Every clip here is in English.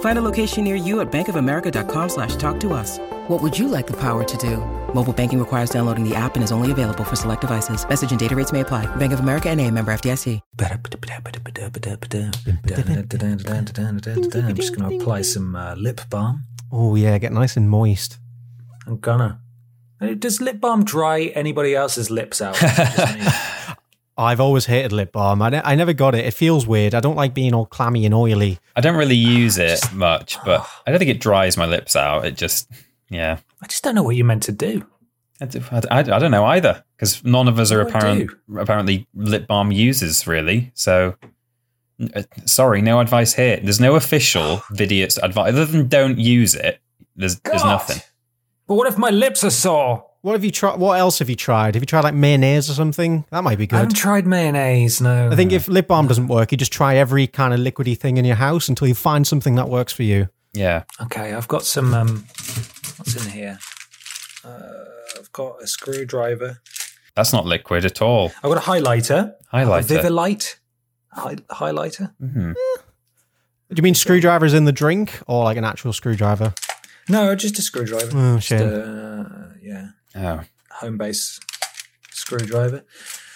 Find a location near you at bankofamerica.com slash talk to us. What would you like the power to do? Mobile banking requires downloading the app and is only available for select devices. Message and data rates may apply. Bank of America and a member FDIC. I'm just going to apply some uh, lip balm. Oh yeah, get nice and moist. I'm gonna. Uh, Does lip balm dry anybody else's lips out? Just me. I've always hated lip balm. I, ne- I never got it. It feels weird. I don't like being all clammy and oily. I don't really use it much, but oh. I don't think it dries my lips out. It just, yeah. I just don't know what you're meant to do. I, d- I d- I don't know either because none of us are What do I apparent, apparently lip balm users really. So, n- uh, sorry, no advice here. There's no official video advice other than don't use it. There's there's God. nothing. But what if my lips are sore? What have you tried? What else have you tried? Have you tried like mayonnaise or something? That might be I good. haven't tried mayonnaise. No. I think if lip balm doesn't work, you just try every kind of liquidy thing in your house until you find something that works for you. Yeah, Okay, I've got some. Um, what's in here? Uh, I've got a screwdriver. that's not liquid at all. I've got a highlighter. Highlighter. A Vivilite. Hi- highlighter. Do you mean screwdrivers in the drink or like an actual screwdriver? No, just a screwdriver. Oh, Just shame. a, yeah, Oh, home base screwdriver.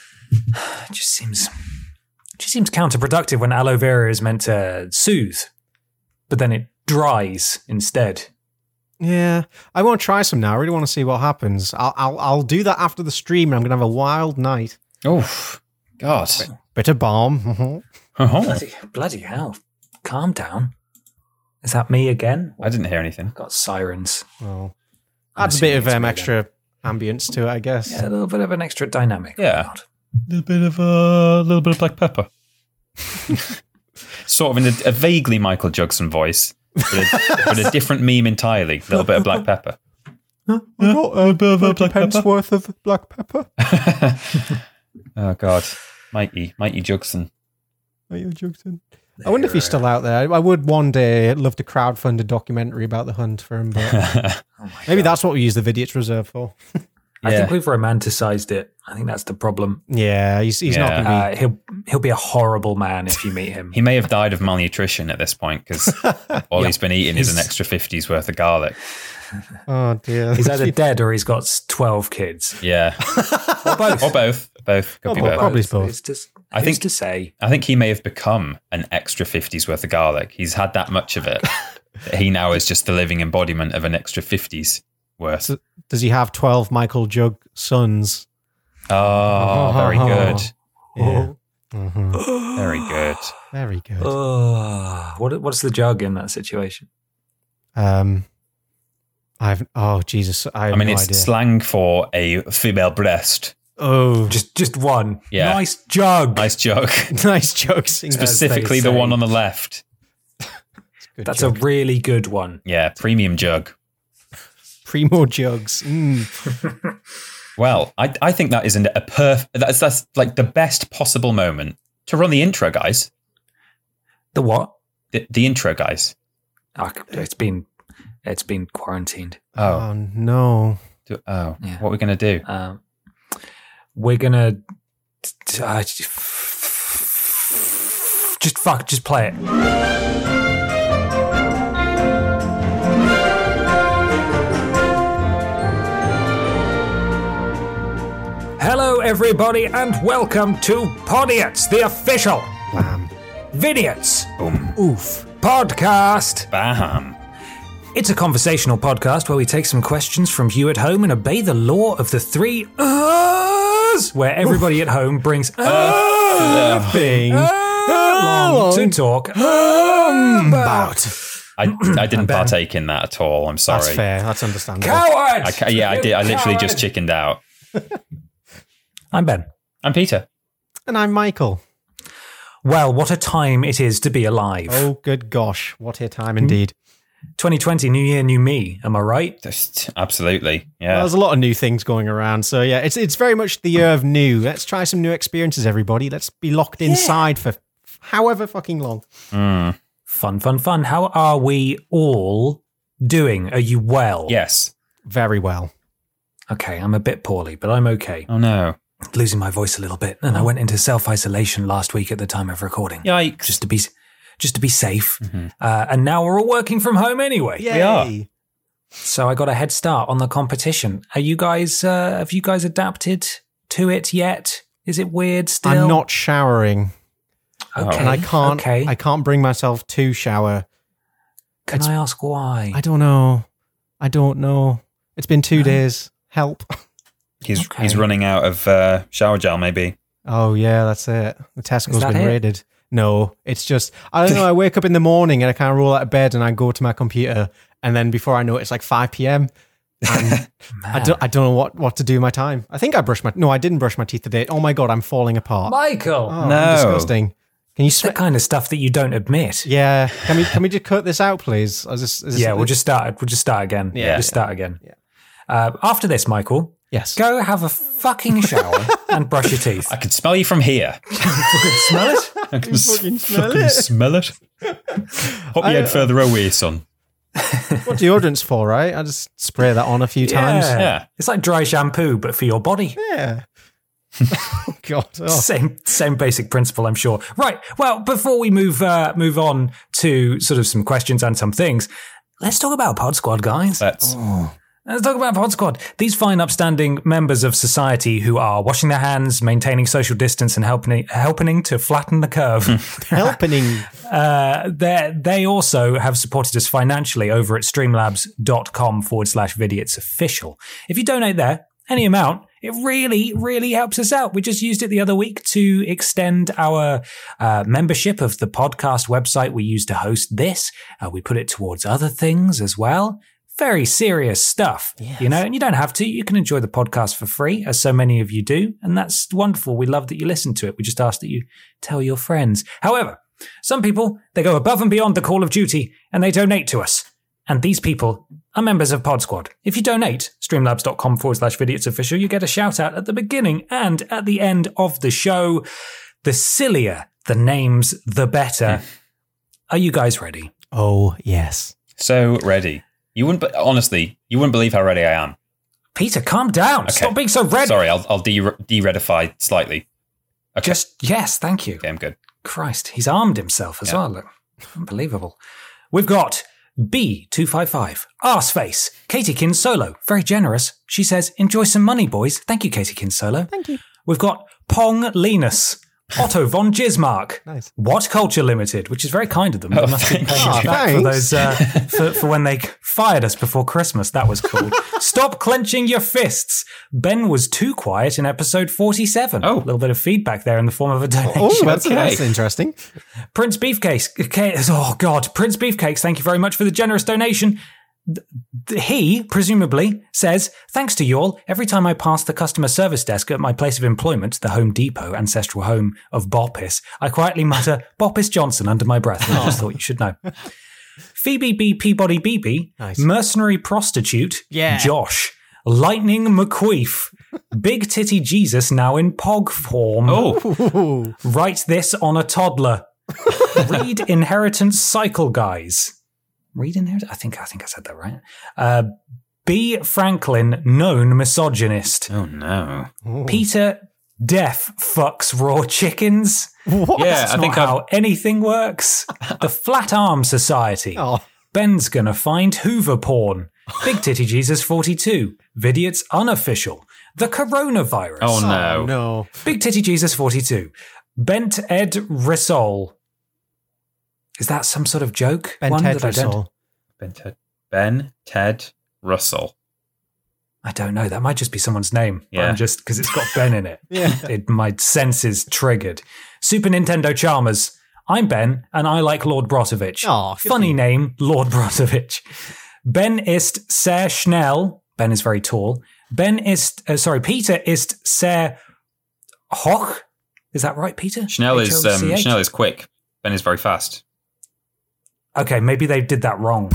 It just seems, it just seems counterproductive when aloe vera is meant to soothe, but then it dries instead. Yeah, I want to try some now. I really want to see what happens. I'll I'll, I'll do that after the stream, and I'm gonna have a wild night. Oof. God. Bit of balm. Oh, Bloody, bloody hell! Calm down. Is that me again? I didn't hear anything. got sirens. well, I'm adds a bit assuming of it's um, me extra ambience to it, I guess. Yeah, a little bit of an extra dynamic. Yeah. God. little bit of a little bit of black pepper. sort of in a, a vaguely Michael Judson voice, but a, but a different meme entirely. A little bit of black pepper. I got Oh, a bit of black pepper. worth of black pepper. Oh God, mighty, mighty Judson. Are you joking? I wonder if he's still out there. I would one day love to crowdfund a documentary about the hunt for him, but maybe that's what we use the Vidiot's reserve for. I think Yeah. we've romanticized it. I think that's the problem. Yeah, he's he's not Yeah. going to be. Uh, he'll he'll be a horrible man if you meet him. He may have died of malnutrition at this point because all he's been eating is an extra 50s worth of garlic. oh dear. He's either dead or he's got s- twelve kids. Yeah, Or both. or both. Both could be Or both. probably both. It's just, I I think- think to say I think he may have become an extra 50s worth of garlic. He's had that much of it. that he now is just the living embodiment of an extra 50s worth. So- Does he have twelve Michael Jug sons? Oh, very good. Oh. Yeah. Mhm. Very good. Very good. oh, what what's the jug in that situation? Um, I've oh Jesus, I have I mean, no it's idea. slang for a female breast. oh, Just just one. Yeah. Nice jug. Nice joke. nice jokes. Specifically the say. one on the left. That's a really good one. Yeah, premium jug. primo jugs. Mm. Well, I, I think that is an, a perf. That's, that's like the best possible moment to run the intro, guys. The what? The, the intro, guys. Ah, it's been it's been quarantined. Oh, Oh no. do- oh, Yeah. what are we gonna do? Um, we're gonna t- t- uh, just fuck, just play it. Hello, everybody, and welcome to Podiots, the official Bam. Vidiots Oof. podcast. Bam. It's a conversational podcast where we take some questions from you at home and obey the law of the three. Uh, us, where everybody at home brings Oh. Uh, Thing. along to talk about. I, I didn't Ben. partake in that at all. I'm sorry. That's fair. That's understandable. Coward! I, ca- yeah, I did. I literally just Coward! chickened out. I'm Ben. I'm Peter. And I'm Michael. Well, what a time it is to be alive. Oh, good gosh. What a time indeed. 2020, new year, new me. Am I right? Just- absolutely. Well, Yeah. there's a lot of new things going around. So, yeah, it's, it's very much the year of new. Let's try some new experiences, everybody. Let's be locked inside for however fucking long. Mm. Fun, fun, fun. How are we all doing? Are you well? Yes. Very well. Okay, I'm a bit poorly, but I'm okay. Oh no. Losing my voice a little bit, and I went into self isolation last week at the time of recording, Yikes. just to be, just to be safe. Mhm. Uh, and now we're all working from home anyway. So I got a head start on the competition. Are you guys? Uh, have you guys adapted to it yet? Is it weird still? I'm not showering, Okay. and I can't. Okay. I can't bring myself to shower. Can I ask why? I don't know. I don't know. It's been two days. Help. He's Okay. he's running out of uh, shower gel. Maybe. Oh yeah, that's it. The Tesco's that been it? raided. No, it's just I don't know. I wake up in the morning and I can't roll out of bed and I go to my computer and then before I know it, it's like five p.m. And I don't. I don't know what what to do with my time. I think I brushed my. No, I didn't brush my teeth today. Oh my god, I'm falling apart. Michael. Oh, No. disgusting. Can you It's the sm- kind of stuff that you don't admit. Yeah. Can we can we just cut this out, please? Is this, is this- Yeah, we'll just start. We'll just start again. Yeah. just start again. Uh, after this, Michael, yes. go have a fucking shower and brush your teeth. I can smell you from here. smell it. I can s- fucking smell fucking it. uh, smell it. Hop your head further away, son. what deodorant's for, right? I just spray that on a few times. Yeah. It's like dry shampoo, but for your body. Yeah. God. Oh. Same same basic principle, I'm sure. Right. Well, before we move uh, move on to sort of some questions and some things, let's talk about Pod Squad, guys. That's Let's talk about Pod Squad. These fine, upstanding members of society who are washing their hands, maintaining social distance, and helping helping to flatten the curve. Helping. uh, they they also have supported us financially over at streamlabs.com forward slash vidiots official. If you donate there, any amount, it really, really helps us out. We just used it the other week to extend our uh, membership of the podcast website we use to host this. Uh, we put it towards other things as well. Very serious stuff, you know, and you don't have to. You can enjoy the podcast for free, as so many of you do. And that's wonderful. We love that you listen to it. We just ask that you tell your friends. However, some people, they go above and beyond the call of duty and they donate to us. And these people are members of Pod Squad. If you donate, streamlabs.com forward slash videos official, you get a shout out at the beginning and at the end of the show. The sillier the names, the Hmm. better. are you guys ready? Oh yes. so ready. You wouldn't, be- honestly, you wouldn't believe how ready I am. Peter, calm down. Okay. Stop being so red. Sorry, I'll, I'll de- de-redify slightly. Okay. Just, yes, thank you. okay, I'm good. Christ, he's armed himself as Yeah. well. Look, unbelievable. We've got B255, Arseface, Katie Kin Solo. Very generous. She says, enjoy some money, boys. Thank you, Katie Kin Solo. Thank you. We've got Pong Linus, Otto von Gismarck. Nice. What Culture Limited, which is very kind of them. Oh, They must be thank paying you. us back for Thanks. those uh, for, for when they fired us before Christmas. That was cool. Stop clenching your fists. Ben was too quiet in episode 47. A Oh. little bit of feedback there in the form of a donation. Oh, that's, Okay. that's interesting. Prince Beefcakes. okay, Oh God, Prince Beefcakes. Thank you very much for the generous donation. Th- th- He presumably says, "Thanks to y'all. Every time I pass the customer service desk at my place of employment, the Home Depot, ancestral home of Boppis, I quietly mutter Boppis Johnson under my breath. And I just thought you should know." Phoebe B. Peabody BB, Nice. mercenary prostitute, Yeah. Josh, Lightning McQueef, Big Titty Jesus now in pog form. Oh, Ooh. Write this on a toddler. Read inheritance cycle, guys. Read inheritance. I think I think I said that right. Uh, B. Franklin, known misogynist. oh no. Peter Deaf fucks raw chickens. What? Yeah, That's I not think how I've, anything works. The Flat Arm Society. Oh, Ben's gonna find Hoover porn. Big Titty Jesus 42. Vidiot's unofficial. The coronavirus. Oh, no. no. Big Titty Jesus 42. Bent Ed Rissol. Is that some sort of joke? Ben One that I don't- Tedrisol. Ben Ted, Ben Ted Russell. I don't know. That might just be someone's name. but Yeah. I'm just because it's got Ben in it. Yeah. it. My senses triggered. Super Nintendo Chalmers. I'm Ben, and I like Lord Brotovich. Aw, good for Funny name, Lord Brotovich. Ben ist sehr schnell. Ben is very tall. Ben ist, uh, sorry, Peter ist sehr hoch. Is that right, Peter? Schnell is um, H-O-C-H? Schnell is quick. Ben is very fast. Okay, maybe they did that wrong.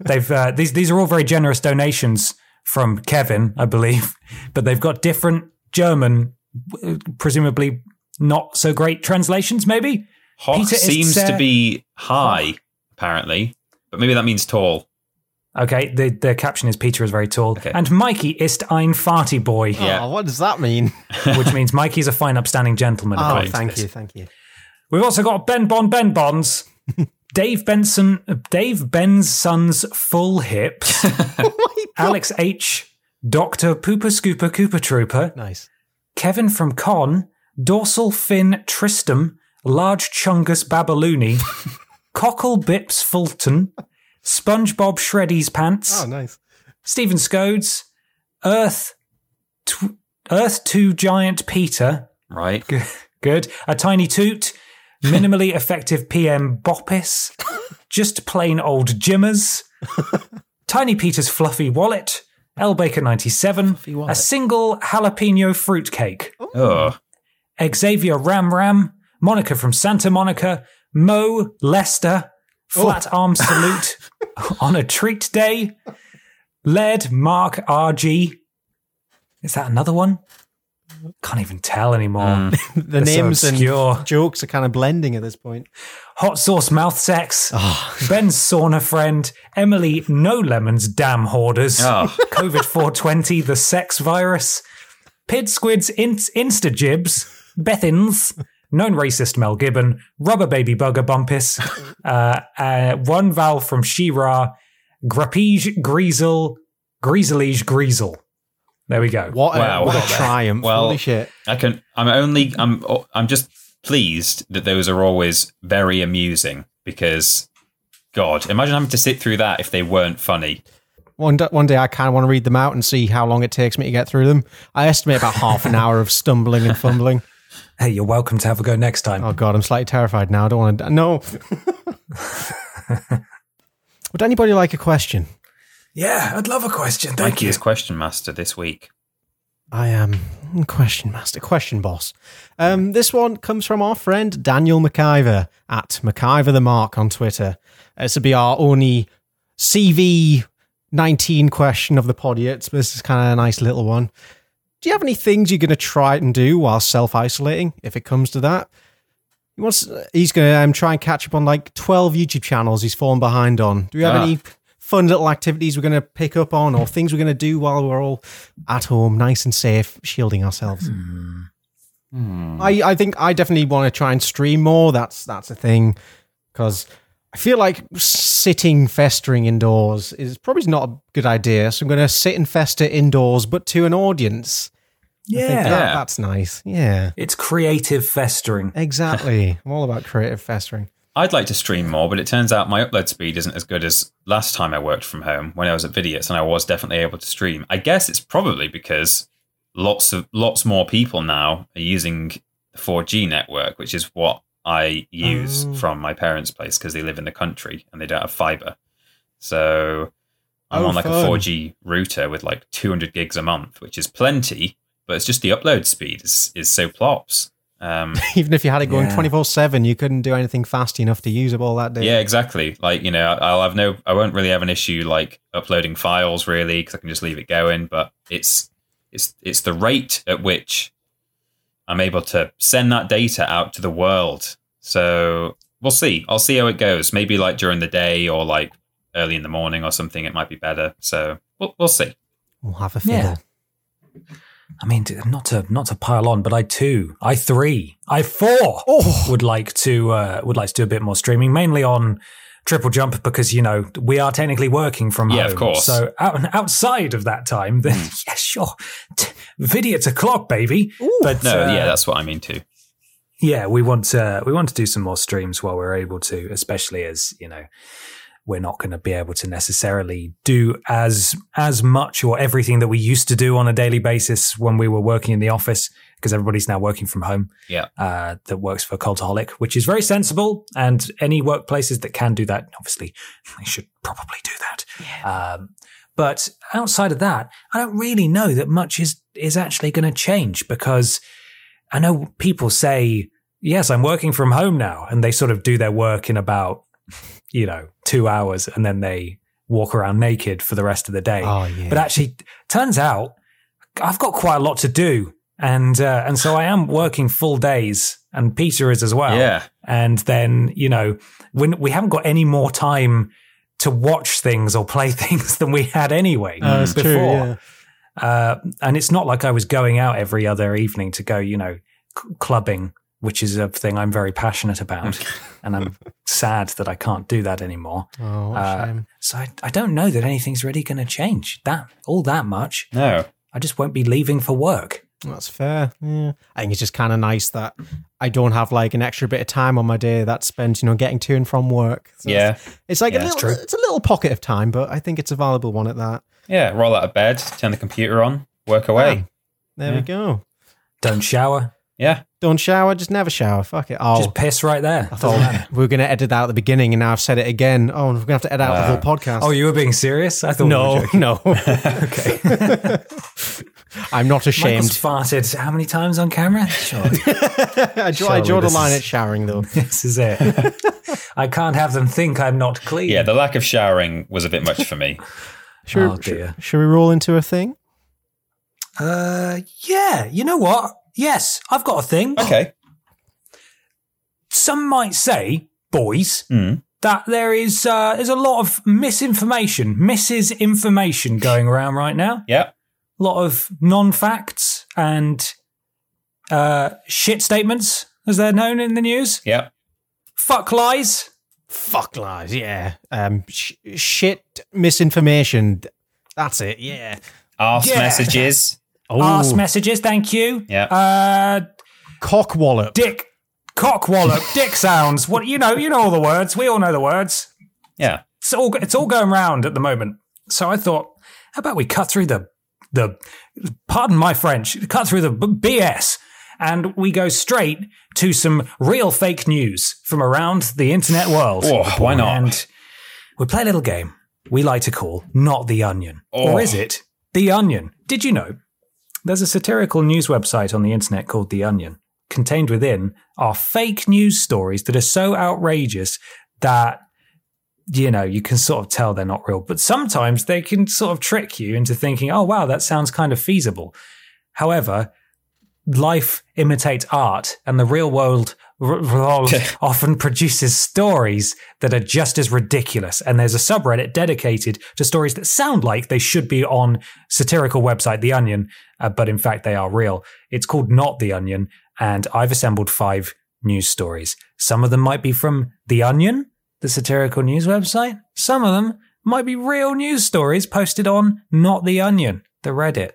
they've uh, these these are all very generous donations from Kevin, I believe, but they've got different German, w- presumably not so great translations. Maybe Hoch Peter uh, is seems sehr- to be high, apparently, but maybe that means tall. okay. The the caption is Peter is very tall, Okay. and Mikey ist ein farty boy, Yeah. Oh, what does that mean? which means Mikey's a fine, upstanding gentleman. Oh, according to thank this. you, thank you. We've also got Ben Bon Ben Bonds. Dave Benson, Dave Ben's son's full hips. Oh Alex H, Doctor Pooper Scooper Cooper Trooper, Nice. Kevin from Con, Dorsal Fin Tristram, Large Chungus Babaloony, Cockle Bips Fulton, SpongeBob Shreddy's Pants, Oh, nice. Stephen Scodes, Earth, tw- Earth Two Giant Peter, Right. G- good, a tiny toot, minimally effective PM Boppis, just plain old Jimmers, Tiny Peter's fluffy wallet, L Baker ninety seven, a wallet. single jalapeno fruitcake. Oh, Xavier Ram Ram, Monica from Santa Monica, Mo Lester, Flat Arm Salute on a Treat Day, Led Mark RG. Is that another one? Can't even tell anymore. The They're so names obscure. and jokes are kind of blending at this point. Hot Sauce Mouth Sex, Oh. Ben's Sauna Friend, Emily No Lemons Damn Hoarders, Oh. COVID 420 The Sex Virus, Pid Squid's in- Insta Jibs, Bethins, Known Racist Mel Gibbon, Rubber Baby Bugger Bumpus, uh, uh, One Val from She-Ra, Grappige Greasel, Greaselige Greasel. There we go. What a, Wow. what a Well, triumph. well- Holy shit. I can. I'm only. I'm. I'm just pleased that those are always very amusing because, God, imagine having to sit through that if they weren't funny. One, d- one day I kind of want to read them out and see how long it takes me to get through them. I estimate about half an hour of stumbling and fumbling. Hey, you're welcome to have a go next time. Oh god, I'm slightly terrified now. I don't want to. No. Would anybody like a question? Yeah, I'd love a question. Thank Mikey is question master this week. I am question master, question boss. Um, this one comes from our friend Daniel McIver at McIver the Mark on Twitter. Uh, This will be our only CV nineteen question of the pod yet. so This is kind of a nice little one. Do you have any things you're going to try and do while self isolating? If it comes to that, he wants. He's going to um, try and catch up on like twelve YouTube channels he's fallen behind on. Do we have Ah. any fun little activities we're going to pick up on, or things we're going to do while we're all at home, nice and safe, shielding ourselves? I, I think I definitely want to try and stream more. That's that's a thing because I feel like sitting festering indoors is probably not a good idea. So I'm going to sit and fester indoors, but to an audience. I think Yeah. that- Yeah. that's nice. Yeah, It's creative festering. exactly. I'm all about creative festering. I'd like to stream more, but it turns out my upload speed isn't as good as last time I worked from home when I was at Vidius and I was definitely able to stream. I guess it's probably because lots of lots more people now are using the 4G network, which is what I use Oh. from my parents' place because they live in the country and they don't have fiber. So I'm Oh, on like fun. a 4G router with like 200 gigs a month, which is plenty, but it's just the upload speed is, is so plops. Um, Even if you had it going Yeah. twenty four seven, you couldn't do anything fast enough to use up all that data. Yeah, exactly. Like you know, I'll have no, I won't really have an issue like uploading files really because I can just leave it going. But it's it's it's the rate at which I'm able to send that data out to the world. So we'll see. I'll see how it goes. Maybe like during the day or like early in the morning or something. It might be better. So we'll we'll see. We'll have a fiddle. Yeah. I mean, d- not to not to pile on, but I two, I three, I four would like to uh, would like to do a bit more streaming, mainly on triple jump because you know we are technically working from Yeah, home. of course. Hmm. So out, outside of that time, then yeah, sure, T- video to clock, baby. But No, uh, yeah, that's what I mean too. yeah, we want to we want to do some more streams while we're able to, especially as you know we're not going to be able to necessarily do as as much or everything that we used to do on a daily basis when we were working in the office because everybody's now working from home. Yeah. uh, that works for Cultaholic, which is very sensible. And any workplaces that can do that, obviously, they should probably do that. Um, but outside of that, I don't really know that much is is actually going to change because I know people say, "Yes, I'm working from home now," and they sort of do their work in about you know two hours, and then they walk around naked for the rest of the day. Oh yeah. But actually, turns out I've got quite a lot to do, and uh, and so I am working full days, and Peter is as well. yeah. And then you know when we haven't got any more time to watch things or play things than we had anyway Oh, that's before. true, yeah. Uh, and it's not like I was going out every other evening to go, you know, c- clubbing, which is a thing I'm very passionate about, and I'm sad that I can't do that anymore. Oh, what a Uh, shame. So I, I don't know that anything's really going to change that all that much. No. I just won't be leaving for work. That's fair. Yeah. I think it's just kind of nice that I don't have like an extra bit of time on my day that's spent, you know, getting to and from work. So it's- Yeah. It's like Yeah, a it's little, true. it's a little pocket of time, but I think it's a valuable one at that. Yeah. Roll out of bed, turn the computer on, work away. Bam. There Yeah. we go. Don't shower. Yeah. Don't shower, just never shower. Fuck it. Oh, Just piss right there. I thought we were going to edit that at the beginning, and now I've said it again. Oh, we're going to have to edit out the Uh, whole podcast. Oh, you were being serious? I thought You were no, joking. no. okay. I'm not Michael's ashamed. farted how many times on camera? Sure. I draw, I Surely draw the this line is- Oh, at showering, though. this is it. I can't have them think I'm not clean. Yeah. The lack of showering was a bit much for me. Should, Oh, dear. should, should we roll into a thing? Uh, yeah. You know what? Yes, I've got a thing. Okay. Some might say, boys, Mm. that there is uh, there's a lot of misinformation, misinformation going around right now. Yeah. A lot of non-facts and uh, shit statements, as they're known in the news. Yeah. Fuck lies. Fuck lies, yeah. Um, sh- shit, misinformation. That's it, yeah. Arse Yeah. messages. Oh, Arse messages, thank you. Yeah. Uh, cock wallop. dick, cock wallop, dick sounds. What you know, you know all the words. We all know the words. Yeah. It's all it's all going round at the moment. So I thought, how about we cut through the the pardon my French, cut through the b- BS, and we go straight to some real fake news from around the internet world. Oh, why not? And we play a little game we like to call not the onion, Oh. or is it the onion? Did you know? There's a satirical news website on the internet called The Onion. Contained within are fake news stories that are so outrageous that, you know, you can sort of tell they're not real. But sometimes they can sort of trick you into thinking, oh, wow, that sounds kind of feasible. However, life imitates art, and the real world r- r- often produces stories that are just as ridiculous. And there's a subreddit dedicated to stories that sound like they should be on satirical website The Onion, uh, but in fact they are real. It's called Not The Onion, and I've assembled five news stories. Some of them might be from The Onion, the satirical news website. Some of them might be real news stories posted on Not The Onion, the Reddit.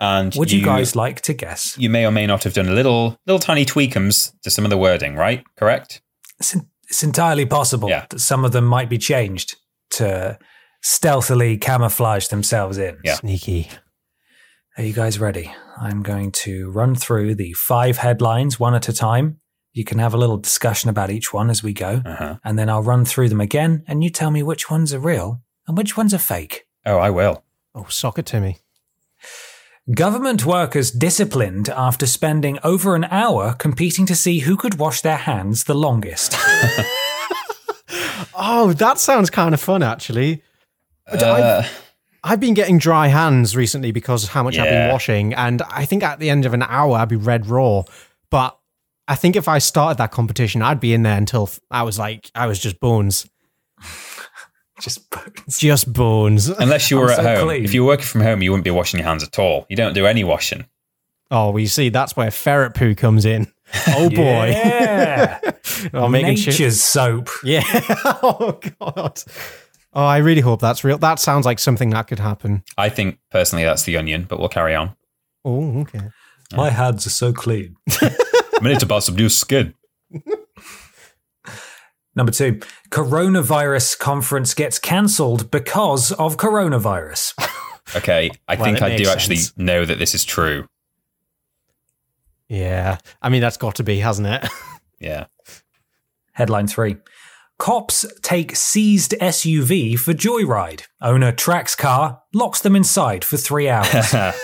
And Would you, guys like to guess? You may or may not have done a little, little tiny tweakums to some of the wording, right? Correct. It's, it's entirely possible Yeah. that some of them might be changed to stealthily camouflage themselves in. Yeah. Sneaky. Are you guys ready? I'm going to run through the five headlines one at a time. You can have a little discussion about each one as we go, Uh huh. and then I'll run through them again, and you tell me which ones are real and which ones are fake. Oh, I will. Oh, soccer Timmy. Government workers disciplined after spending over an hour competing to see who could wash their hands the longest. Oh, that sounds kind of fun, actually. But Uh, I've been getting dry hands recently because of how much I've Yeah. been washing, and I think at the end of an hour I'd be red raw. But I think if I started that competition, I'd be in there until f- I was like, I was just bones, Just just bones. Unless you I'm were at so home. clean. If you were working from home, you wouldn't be washing your hands at all. You don't do any washing. oh, well, you see, that's where ferret poo comes in. Oh boy, Yeah. oh, making Nature's shit. soap. Yeah. oh god. Oh, I really hope that's real. That sounds like something that could happen. I think personally that's the onion, but we'll carry on. Oh, okay. My hands are so clean. I need to buy some new skin. Number two, coronavirus conference gets cancelled because of coronavirus. Okay, I Well, think that I do makes actually sense. know that this is true. Yeah. I mean, that's got to be, hasn't it? Yeah. Headline three, cops take seized SUV for joyride. Owner tracks car, locks them inside for three hours. I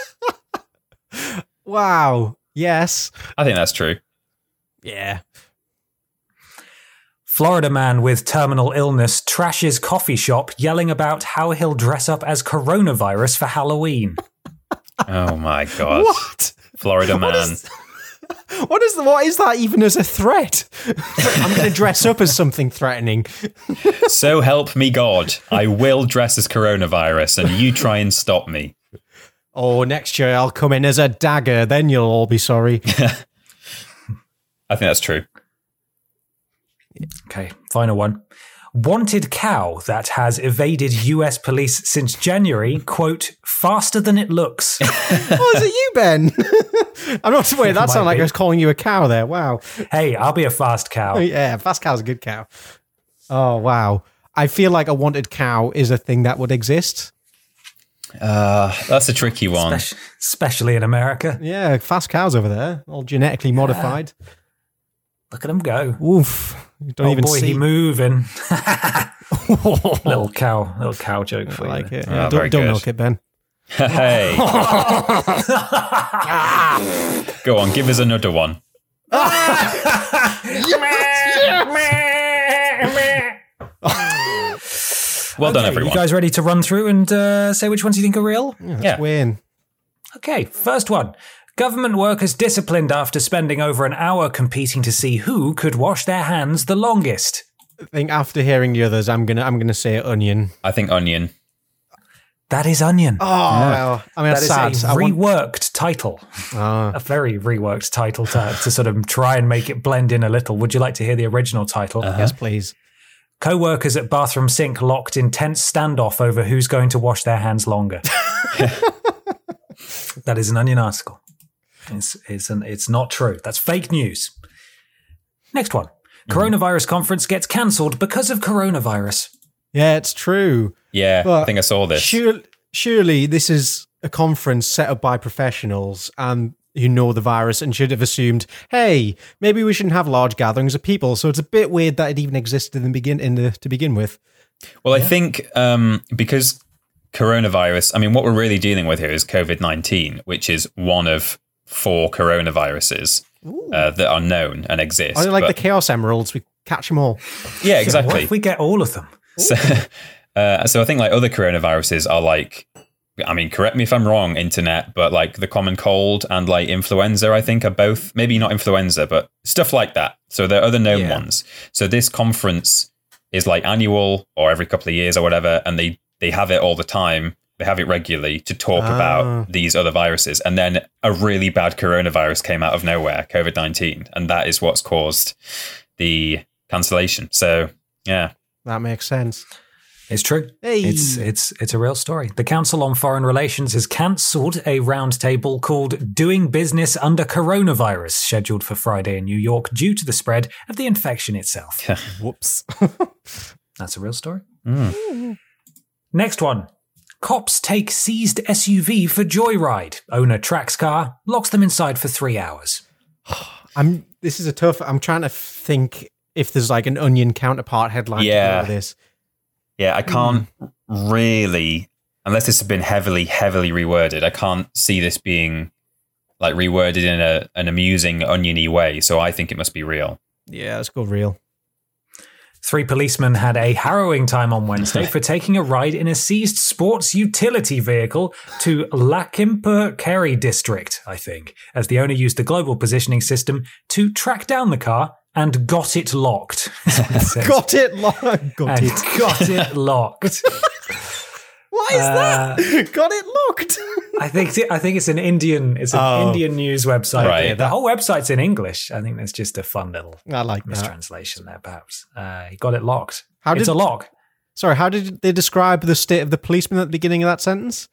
wow. Yes. think that's true. Yeah. Florida man with terminal illness trashes coffee shop, yelling about how he'll dress up as coronavirus for Halloween. Oh my god. What? Florida What man. is- What is the, what is that even as a threat? I'm going to dress up as something threatening. so help me God. I will dress as coronavirus and you try and stop me. Oh, next year I'll come in as a dagger. Then you'll all be sorry. I think that's true. Okay, final one. Wanted cow that has evaded US police since January, quote, faster than it looks. oh, is it you, Ben? I'm not. Wait, that Might sounded like be. I was calling you a cow there. Wow. hey, I'll be a fast Oh, cow. yeah, fast cow's a good cow. Oh, wow. I feel like a wanted cow is a thing that would exist. Uh, that's a tricky one. Espec- Especially in America. Yeah, fast cows over there, all genetically modified. Look at him go. Oof. You don't oh even boy, see. Oh. he Oh, moving. little cow, little cow joke I for like you. it. Ah, Yeah, very don't don't good. milk it, Ben. hey. Go on, give us another one. Well done, Okay, everyone. You guys ready to run through and uh, say which ones you think are real? yeah. Win. Okay, first one. Government workers disciplined after spending over an hour competing to see who could wash their hands the longest. I think after hearing the others, I'm gonna I'm gonna say onion. I think onion. That is Onion. Oh well, I mean that that's is sad. a I reworked want- title. Ah. A very reworked title to, to sort of try and make it blend in a little. Would you like to hear the original title? Yes, please. Co workers at bathroom sink locked intense standoff over who's going to wash their hands longer. that is an onion article. It's, it's, an, it's not true. That's fake news. Next one Coronavirus conference gets cancelled because of coronavirus. Yeah, it's true. Yeah, I But think I saw this. Surely, surely this is a conference set up by professionals and who know the virus and should have assumed, hey, maybe we shouldn't have large gatherings of people. So it's a bit weird that it even existed in the begin in the to begin with. Well, I think um, because coronavirus, I mean, what we're really dealing with here is COVID 19, which is one of four coronaviruses uh, that are known and exist. I like the But- chaos emeralds. We catch them all. yeah, What exactly. if we get all of them? So, uh, so I think like other coronaviruses are like, I mean, correct me if I'm wrong, internet, but like the common cold and like influenza, I think are both maybe not influenza, but stuff like that. So there are other known Yeah. ones. So this conference is like annual or every couple of years or whatever, and they they have it all the time. They have it regularly to talk Ah. about these other viruses, and then a really bad coronavirus came out of nowhere, COVID nineteen, and that is what's caused the cancellation. So yeah, That makes sense. It's true. Hey. It's it's it's a real story. The Council on Foreign Relations has cancelled a roundtable called "Doing Business Under Coronavirus," scheduled for Friday in New York due to the spread of the infection itself. Whoops. That's a real story. Hmm. Mm. Next one: Cops take seized SUV for joyride. Owner tracks car, locks them inside for three hours. I'm. This is a tough. I'm trying to think if there's like an onion counterpart headline. Yeah. To go with this. Yeah, I can't really, unless this has been heavily, heavily reworded. I can't see this being like reworded in a an amusing, oniony way. So I think it must be real. Yeah, let's go real. Three policemen had a harrowing time on Wednesday for taking a ride in a seized sports utility vehicle to Lakimper Kerry District, I think, as the owner used the global positioning system to track down the car and got it locked. Got it. Lo- and got it. got it locked. What is that? Got it locked. I think I think it's an Indian it's an Oh. Indian news website. Right. The whole website's in English. I think that's just a fun little I like that. mistranslation there, perhaps. Uh, he got it locked. How it's did- a lock. Sorry, how did they describe the state of the policeman at the beginning of that sentence?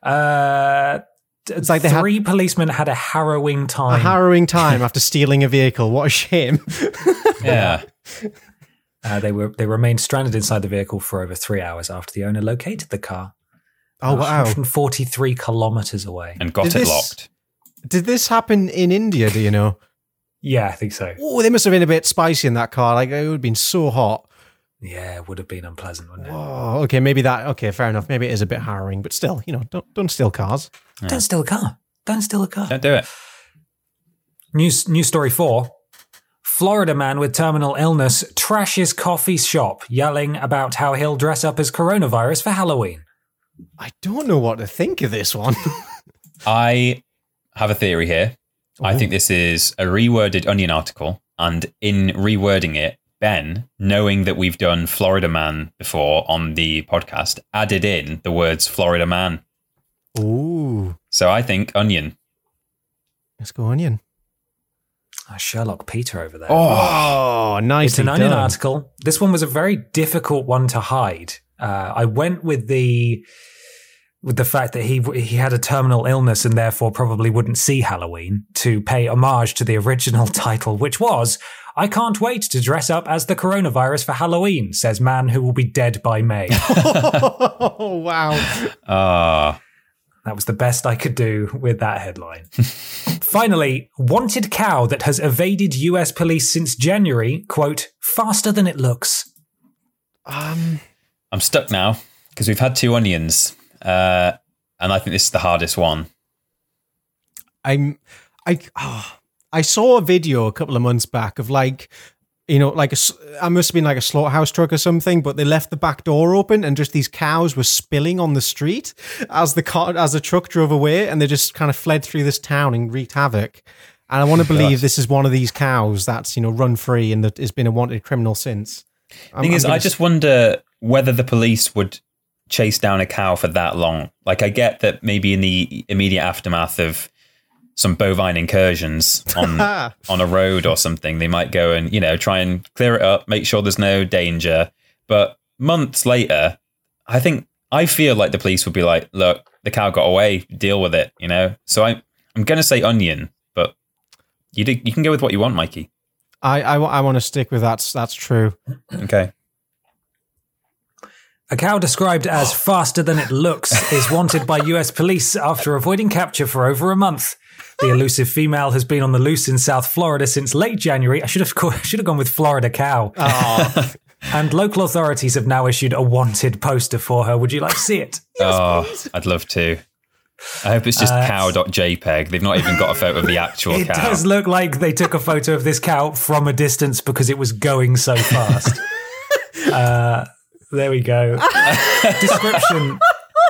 Uh, it's like like they had- three policemen had a harrowing A time. harrowing time after stealing a vehicle. What a shame. Yeah. Uh, they were they remained stranded inside the vehicle for over three hours after the owner located the car. Oh wow! 143 kilometers away. and got Did it this- locked. Did this happen in India? Do you know? Yeah, I think so. Oh, they must have been a bit spicy in that car. Like it would have been so hot. Yeah, it would have been unpleasant, wouldn't it? Whoa. Okay, maybe that. Okay, fair enough. Maybe it is a bit harrowing, but still, you know, don't don't steal cars. Don't steal a car. Don't steal a car. Don't do it. News, news story four Florida man with terminal illness trashes coffee shop, yelling about how he'll dress up as coronavirus for Halloween. I don't know what to think of this one. I have a theory here. I think this is a reworded Onion article, and in rewording it, Ben, knowing that we've done Florida Man before on the podcast, added in the words Florida Man. Ooh, So I think Onion. let's go onion. Ah, Sherlock Peter over there. Oh, nice. it's an onion article. This one was a very difficult one to hide. Uh, I went with the with the fact that he he had a terminal illness and therefore probably wouldn't see Halloween to pay homage to the original title, which was "I can't wait to dress up as the coronavirus for Halloween," says man who will be dead by May. oh, wow. Ah, That was the best I could do with that headline. Finally, wanted cow that has evaded US police since January, quote, faster than it looks. Um, I'm stuck now because we've had two onions, uh, and I think this is the hardest one. I'm, I, oh, I saw a video a couple of months back of like, you know, like a, s- I must have been like a slaughterhouse truck or something, but they left the back door open and just these cows were spilling on the street as the car, as the truck drove away, and they just kind of fled through this town and wreaked havoc. And I want to believe this is one of these cows that's you know run free and that has been a wanted criminal since. I'm- thing I'm is, gonna I just wonder whether the police would chase down a cow for that long. Like, I get that maybe in the immediate aftermath of some bovine incursions on on a road or something, they might go and you know try and clear it up, make sure there's no danger. But months later, I think I feel like the police would be like, "Look, the cow got away. Deal with it." You know. So I I'm gonna say onion, but you do, you can go with what you want, Mikey. I, I, want to stick with that. That's true. Okay. A cow described as faster than it looks is wanted by US police after avoiding capture for over a month. The elusive female has been on the loose in South Florida since late January. I should have called, should have gone with Florida cow. and local authorities have now issued a wanted poster for her. Would you like to see it? oh, I'd love to. I hope it's just cow.jpg. They've not even got a photo of the actual Uh, It cow. does look like they took a photo of this cow from a distance because it was going so fast. Uh, there we go. Description.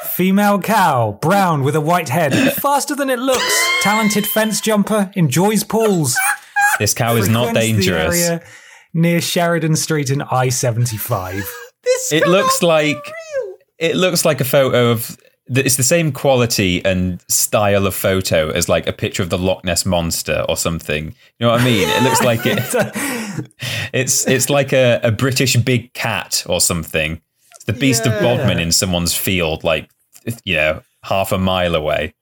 Female cow, brown with a white head, faster than it looks, talented fence jumper, enjoys pools. This cow is not frequents the dangerous. area Near Sheridan Street in I 75. It looks like it looks like a photo of it's the same quality and style of photo as like a picture of the Loch Ness monster or something. You know what I mean? It looks like it it's it's like a, a British big cat or something. It's the beast of Bodmin in someone's field like you know, half a mile away.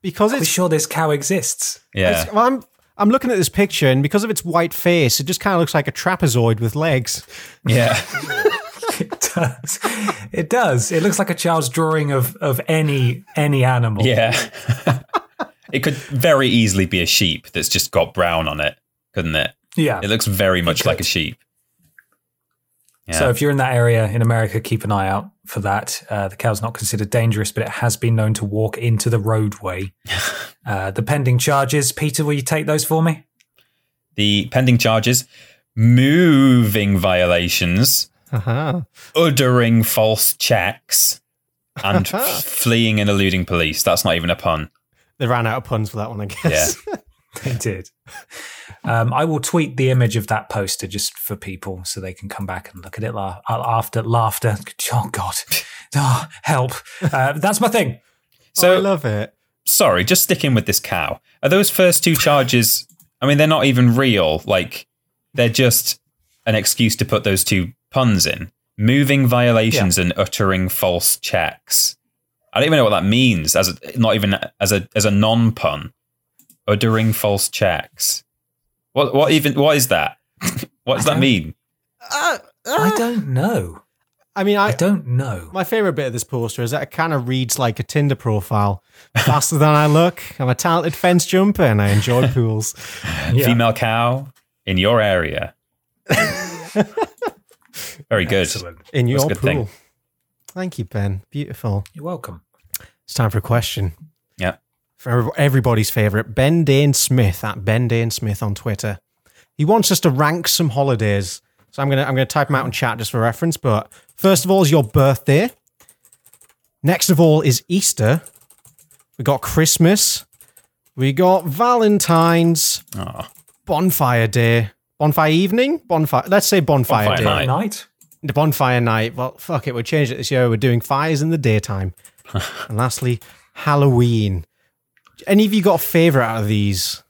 Because Are we it's sure this cow exists? Yeah. It's- well, I'm I'm looking at this picture, and because of its white face, it just kind of looks like a trapezoid with legs. Yeah. It does. It does. It looks like a child's drawing of, of any any animal. Yeah. it could very easily be a sheep that's just got brown on it, couldn't it? Yeah. It looks very much like a sheep. Yeah. So if you're in that area in America, keep an eye out for that. Uh, the cow's not considered dangerous, but it has been known to walk into the roadway. uh, the pending charges, Peter, will you take those for me? the pending charges moving violations, Uh-huh. uttering false checks, and f- fleeing and eluding police. That's not even a pun. They ran out of puns for that one, I guess. Oh, They did. Um, I will tweet the image of that poster just for people so they can come back and look at it la- uh, after laughter. Oh, God. Oh, help. Uh, that's my thing. So So I love it. sorry, just sticking with this cow. Are those first two charges? I mean, they're not even real. Like, they're just an excuse to put those two puns in. Moving violations and uttering false checks. I don't even know what that means. As a, not even as a as a non pun, uttering false checks. What what even what is that? what does that mean? Uh, I don't know. I mean, I, I don't know. my favorite bit of this poster is that it kind of reads like a Tinder profile. Faster than I look, I'm a talented fence jumper and I enjoy pools. Yeah. Female cow in your area. Very good. Excellent. In That's your pool. a good thing. Thank you, Ben. Beautiful. You're welcome. It's time for a question. Yeah. For everybody's favorite, Ben Dane Smith at Ben Dane Smith on Twitter. He wants us to rank some holidays. So I'm gonna I'm gonna type them out in chat just for reference. But first of all is your birthday. Next of all is Easter. We got Christmas. We got Valentine's, Aw. Bonfire Day, Bonfire Evening, Bonfire. Let's say Bonfire, Bonfire Day, night. Aye. Night. the Bonfire Night. Well, fuck it, we changed it this year. We're doing fires in the daytime. and lastly, Halloween. Any of you got a favorite out of these?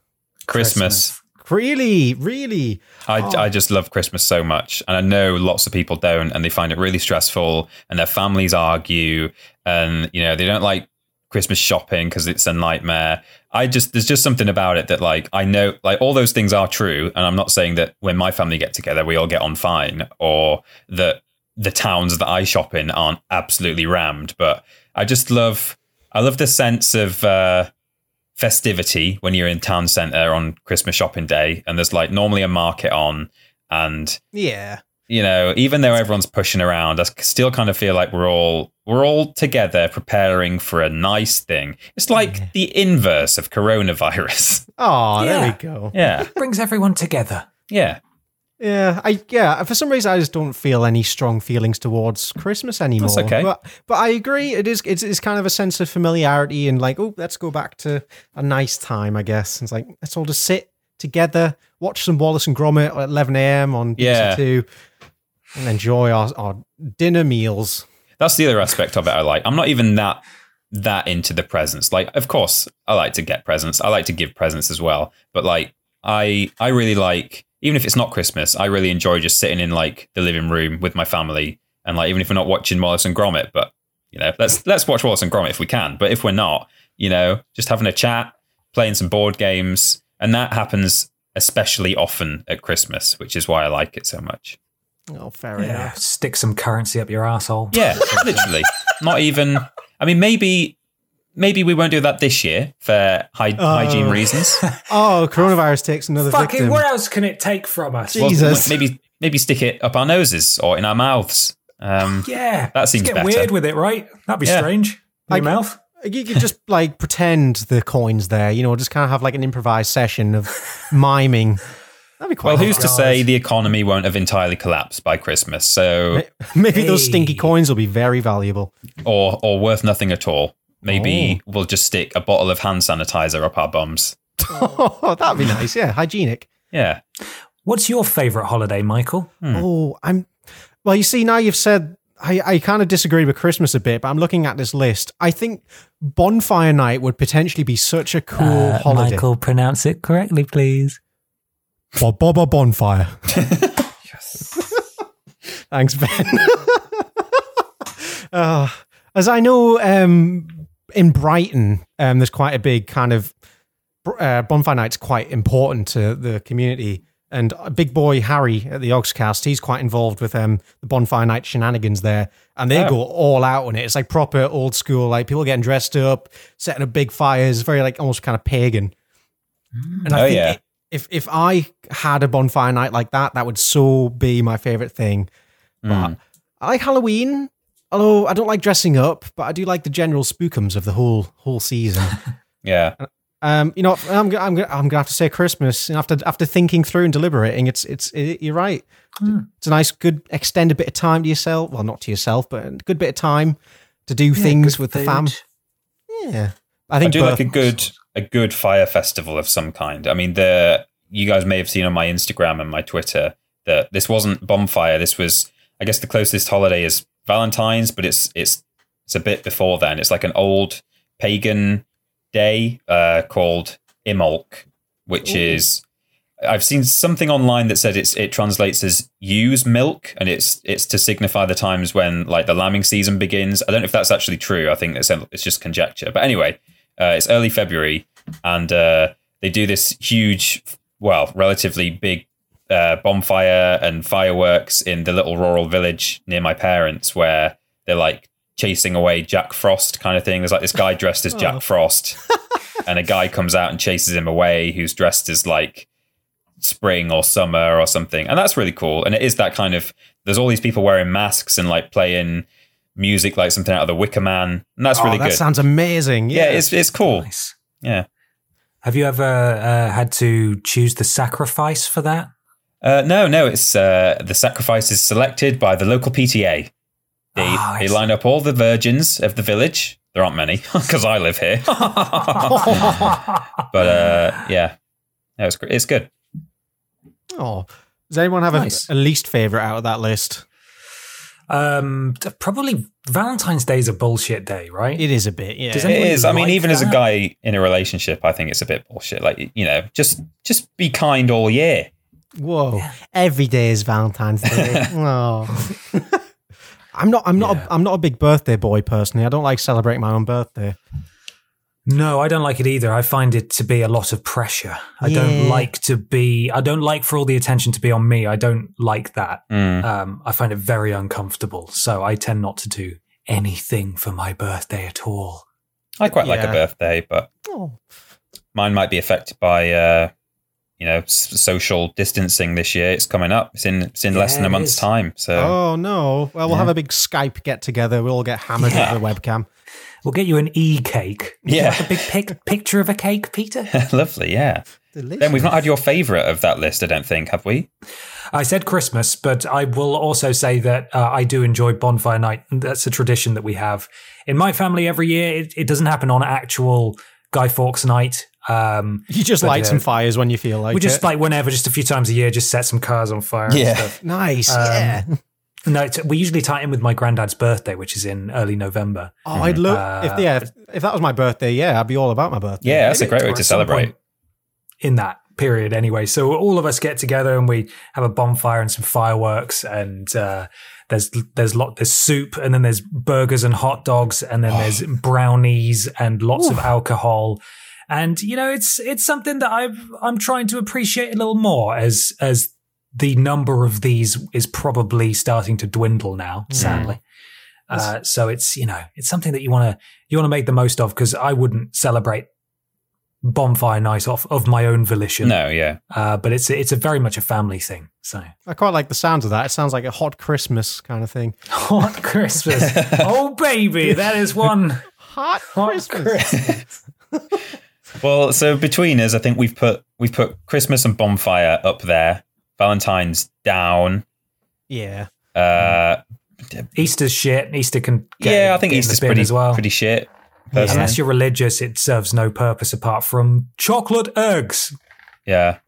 Christmas. Really, really. I, I just love Christmas so much. And I know lots of people don't, and they find it really stressful, and their families argue, and, you know, they don't like Christmas shopping because it's a nightmare. I just, there's just something about it that, like, I know, like, all those things are true. And I'm not saying that when my family get together, we all get on fine or that the towns that I shop in aren't absolutely rammed. But I just love, I love the sense of, uh, festivity when you're in town centre on Christmas shopping day, and there's like normally a market on, and Yeah. you know, even though everyone's pushing around, I still kind of feel like we're all we're all together preparing for a nice thing. It's like the inverse of coronavirus. Oh, there Yeah. we go. yeah, Brings everyone together. yeah. Yeah, I yeah. For some reason, I just don't feel any strong feelings towards Christmas anymore. okay. But but I agree. It is it's, it's kind of a sense of familiarity and like, oh, let's go back to a nice time. I guess it's like let's all just sit together, watch some Wallace and Gromit at eleven a.m. on BBC Yeah. Two, and enjoy our, our dinner meals. That's the other aspect of it I like. I'm not even that that into the presents. Like, of course, I like to get presents. I like to give presents as well. But like, I I really like even if it's not Christmas, I really enjoy just sitting in like the living room with my family and like even if we're not watching Wallace and Gromit, but you know, let's let's watch Wallace and Gromit if we can. But if we're not, you know, just having a chat, playing some board games, and that happens especially often at Christmas, which is why I like it so much. Oh, fair Yeah. enough. Stick some currency up your asshole. Yeah, literally. Not even. I mean, maybe, maybe we won't do that this year for hy- hygiene reasons. Oh, coronavirus takes another Fucking, victim. where else can it take from us? Gee. Jesus. maybe, maybe stick it up our noses or in our mouths. Um, yeah. That seems Let's get better. weird with it, right? That'd be Yeah. strange. In Like- your mouth. You could just like pretend the coins there, you know, just kind of have like an improvised session of miming. That'd be quite. well, who's hot. to say the economy won't have entirely collapsed by Christmas? So, Maybe those stinky Hey. coins will be very valuable. or or worth nothing at all. Maybe we'll just stick a bottle of hand sanitizer up our bums. Oh, that'd be nice. Yeah, hygienic. Yeah, What's your favourite holiday, Michael? Oh, I'm. Well, you see, now you've said I, I kind of disagree with Christmas a bit, but I'm looking at this list. I think bonfire night would potentially be such a cool holiday. Uh, Michael, pronounce it correctly, please. Bo- Boba bonfire. yes. Thanks, Ben. Uh, as I know, um, in Brighton, um, there's quite a big kind of uh, bonfire night's quite important to the community. And uh, big boy Harry at the Oxcast, he's quite involved with um, the bonfire night shenanigans there, and Oh. they go all out on it. It's like proper old school, like people getting dressed up, setting up big fires, very like almost kind of pagan. And I Oh, think yeah. if if I had a bonfire night like that, that would so be my favorite thing. Hmm. But I like Halloween, although I don't like dressing up, but I do like the general spookums of the whole whole season. yeah. Um, you know, I'm go- I'm go- I'm gonna have to say Christmas. And after after thinking through and deliberating, it's it's it, you're right. Hmm. It's a nice, good extended bit of time to yourself. Well, not to yourself, but a good bit of time to do things with the fam. Yeah, I I think do both- like a good a good fire festival of some kind. I mean, the you guys may have seen on my Instagram and my Twitter that this wasn't bonfire. This was, I guess, the closest holiday is Valentine's, but it's it's it's a bit before then. It's like an old pagan day uh, called Imolk, which is I've seen something online that said it's it translates as use milk, and it's it's to signify the times when like the lambing season begins. I don't know if that's actually true. I think it's it's just conjecture. But anyway, uh, it's early February, and uh, they do this huge, well, relatively big uh, bonfire and fireworks in the little rural village near my parents where they're like chasing away Jack Frost kind of thing. There's like this guy dressed as Jack Frost, and a guy comes out and chases him away who's dressed as like spring or summer or something. And that's really cool. And it is that kind of there's all these people wearing masks and like playing music like something out of the Wicker Man. And that's Oh, really that good. sounds amazing. yeah, Yeah, it's it's cool. Nice. Yeah. Have you ever uh, had to choose the sacrifice for that? Uh, no, no, it's uh, the sacrifice is selected by the local PTA. They, Ah, I they see. line up all the virgins of the village. There aren't many because I live here. but uh, yeah, no, it's gr- it's good. Oh, does anyone have Nice. a, a least favorite out of that list? um, t- probably Valentine's Day is a bullshit day, right? It is a bit. Yeah. Does It anyone is. I mean, like even as a that? guy in a relationship, I think it's a bit bullshit. Like you know, just just be kind all year. Whoa! Every day is Valentine's Day. oh. I'm not. I'm not. A, I'm not a big birthday boy personally. I don't like celebrating my own birthday. No, I don't like it either. I find it to be a lot of pressure. I don't Yeah. like to be. I don't like for all the attention to be on me. I don't like that. Mm. Um, I find it very uncomfortable. So I tend not to do anything for my birthday at all. I quite like a Yeah. birthday, but Oh. mine might be affected by uh, you know s- social distancing this year. It's coming up. It's in it's in less Yeah, than it a month's is. time. So Oh no! Well, we'll have a big Skype get together. We'll all get hammered Yeah. with the webcam. We'll get you an e cake. Yeah. like a big pic- picture of a cake, Peter. Lovely, yeah. Delicious. Then we've not had your favourite of that list, I don't think, have we? I said Christmas, but I will also say that uh, I do enjoy bonfire night. That's a tradition that we have in my family every year. It, it doesn't happen on actual Guy Fawkes night. Um, you just But, light uh, some fires when you feel like we just it. like whenever, just a few times a year, just set some cars on fire. Yeah. And stuff. nice. Um, yeah. No, it's, we usually tie it in with my granddad's birthday, which is in early November. Oh, I'd love Uh, if yeah. If, if that was my birthday, yeah, I'd be all about my birthday. Yeah, that's a Maybe great way or to at some celebrate. point In that period, anyway. So all of us get together and we have a bonfire and some fireworks, and uh, there's there's lot there's soup, and then there's burgers and hot dogs, and then there's brownies and lots of alcohol. And you know, it's it's something that I've I'm trying to appreciate a little more as as the number of these is probably starting to dwindle now, sadly. Uh, so it's you know it's something that you want to you want to make the most of because I wouldn't celebrate bonfire night off of my own volition. No, yeah. Uh, but it's it's a very much a family thing. So I quite like the sound of that. It sounds like a hot Christmas kind of thing. hot Christmas, oh baby, that is one Hot, hot Christmas. Christmas. Well, so between us, I think we've put we've put Christmas and Bonfire up there, Valentine's down. Yeah. Mm. Uh, Easter's shit. Easter can get yeah, in- I think get in the Easter's bin pretty as well. pretty shit. Personally. Unless you're religious, it serves no purpose apart from chocolate eggs. Yeah.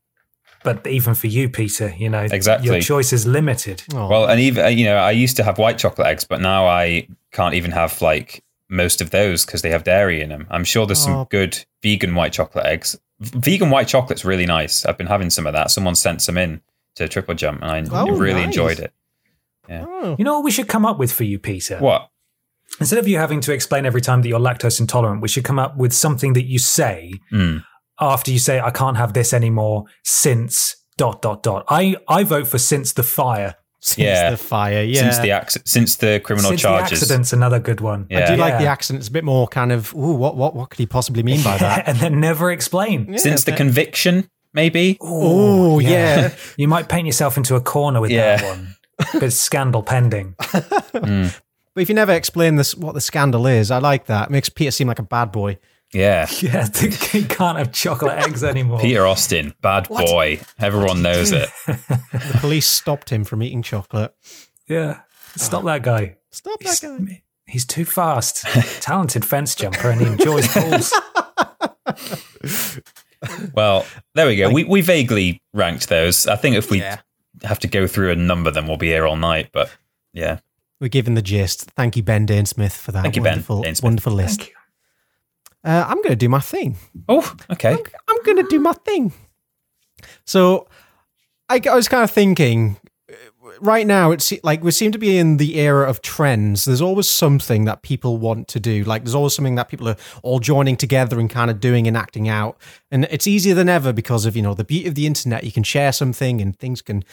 But even for you, Peter, you know Exactly. your choice is limited. Oh. Well, and even uh, you know, I used to have white chocolate eggs, but now I can't even have like most of those because they have dairy in them. I'm sure there's some Oh. good vegan white chocolate eggs. V- vegan white chocolate's really nice. I've been having some of that. Someone sent some in to Triple Jump, and I Oh, really nice. enjoyed it. Oh. You know what we should come up with for you, Peter? What? Instead of you having to explain every time that you're lactose intolerant, we should come up with something that you say Mm. after you say, I can't have this anymore since dot dot dot. I, I vote for since the fire. Since Yeah. the fire. Yeah. Since the acc- since the criminal since charges. the accident's another good one. Yeah. I do Yeah. like the accent. It's a bit more kind of, ooh, what, what, what could he possibly mean by that? and then never explain. Yeah, Since the but- conviction, maybe. Ooh, yeah. You might paint yourself into a corner with that Yeah. one. But it's scandal pending. But if you never explain this, what the scandal is, I like that. It makes Peter seem like a bad boy. Yeah. Yeah, you can't have chocolate eggs anymore. Peter Austin, bad boy. Everyone knows it. The police stopped him from eating chocolate. Yeah. Stop that guy. Stop that He's, guy. he's too fast. Talented fence jumper and he enjoys balls. Well, there we go. we we vaguely ranked those. I think if we have to go through and number them, we'll be here all night. But yeah, We're giving the gist. Thank you, Ben Dane Smith, for that Thank you, Ben wonderful, Dane Smith. wonderful list. Thank you. Uh, I'm going to do my thing. oh, okay. I'm going to do my thing. So I, I was kind of thinking, uh, right now it's like we seem to be in the era of trends there's always something that people want to do like there's always something that people are all joining together and kind of doing and acting out and it's easier than ever because of you know the beauty of the internet you can share something and things can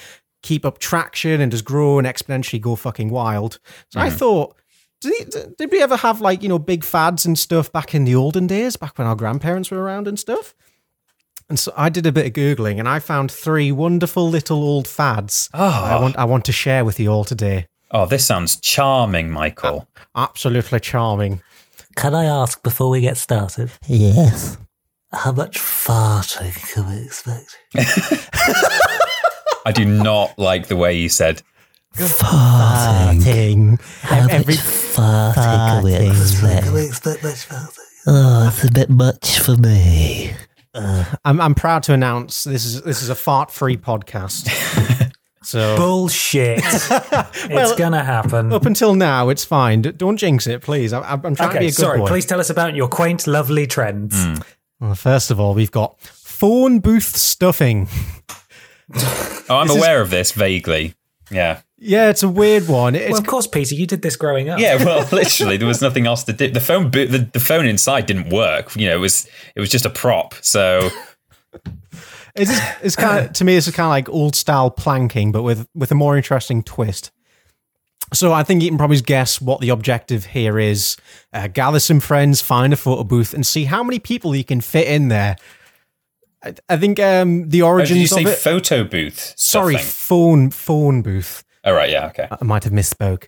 keep up traction and just grow and exponentially go fucking wild so i thought did, he- did we ever have like you know big fads and stuff back in the olden days back when our grandparents were around and stuff and so I did a bit of googling, and I found three wonderful little old fads. Oh. that Ah. I want I want to share with you all today. Oh, this sounds charming, Michael. Absolutely charming. Can I ask before we get started? Yes. How much farting can we expect? I do not like the way you said. Farting. Ting. How Every- much farting can we expect? Can we expect much farting? Oh, it's a bit much for me. I'm I'm proud to announce this is this is a fart free podcast. so Bullshit. it's Well, gonna happen. up until now, it's fine. D- Don't jinx it, please. I, I'm I'm trying to be Okay, a good Mm. sorry. boy. Please tell us about your quaint, lovely trends. Well, first of all, we've got phone booth stuffing. Oh, I'm aware of this vaguely. Yeah. Yeah, it's a weird one. It's well, of course, Peter, you did this growing up. Yeah, well, literally, there was nothing else to do. The phone, bo- the, the phone inside didn't work. You know, it was it was just a prop. So oh, It's, just, it's kind of to me. This is kind of like old style planking, but with with a more interesting twist. So I think you can probably guess what the objective here is: uh, gather some friends, find a photo booth, and see how many people you can fit in there. I, I think um, the Oh, did you origins say of it. photo booth? sorry, Uh, stuffing? phone phone booth. All right. Yeah. Okay. I might have misspoke.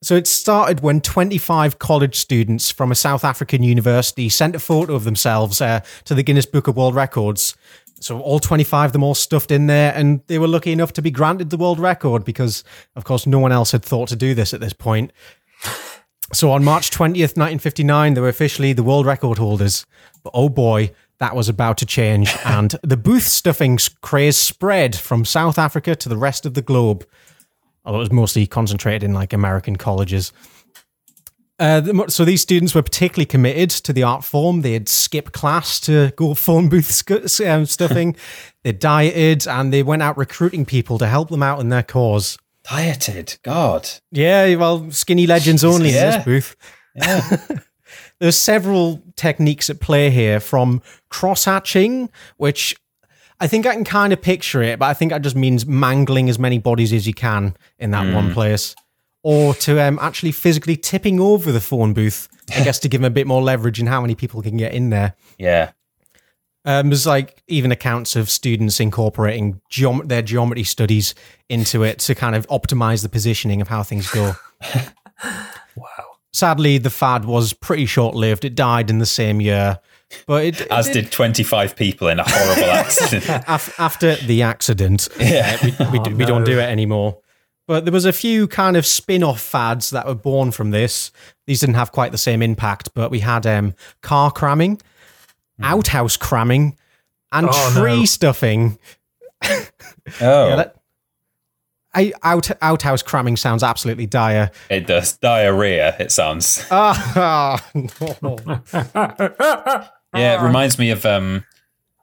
So it started when 25 college students from a South African university sent a photo of themselves uh, to the Guinness Book of World Records. So all 25 of them all stuffed in there, and they were lucky enough to be granted the world record because, of course, no one else had thought to do this at this point. So on March 20th, 1959, they were officially the world record holders. But oh boy, that was about to change. And the booth stuffing craze spread from South Africa to the rest of the globe although it was mostly concentrated in like American colleges. Uh, the mo- so these students were particularly committed to the art form. They'd skip class to go phone booth sc- um, stuffing. they dieted and they went out recruiting people to help them out in their cause. Dieted. God. Yeah, well, skinny legends only in Yeah. this booth. There's several techniques at play here, from cross hatching, which I think I can kind of picture it, but I think that just means mangling as many bodies as you can in that one place, or to um, actually physically tipping over the phone booth, I guess, to give them a bit more leverage in how many people can get in there. Yeah. Um, there's like even accounts of students incorporating geom- their geometry studies into it to kind of optimize the positioning of how things go. Wow. Sadly, the fad was pretty short lived. It died in the same year, but it, it As did 25 people in a horrible accident. af- after the accident, Yeah. uh, we, we, do, Oh, we don't do it anymore. But there was a few kind of spin-off fads that were born from this. These didn't have quite the same impact, but we had um, car cramming, outhouse cramming, and Hmm. Oh, no. tree stuffing. Oh, Yeah, that- I, out, outhouse cramming sounds absolutely dire. it does. Diarrhea, it sounds. Ah, no. Yeah, it reminds me of um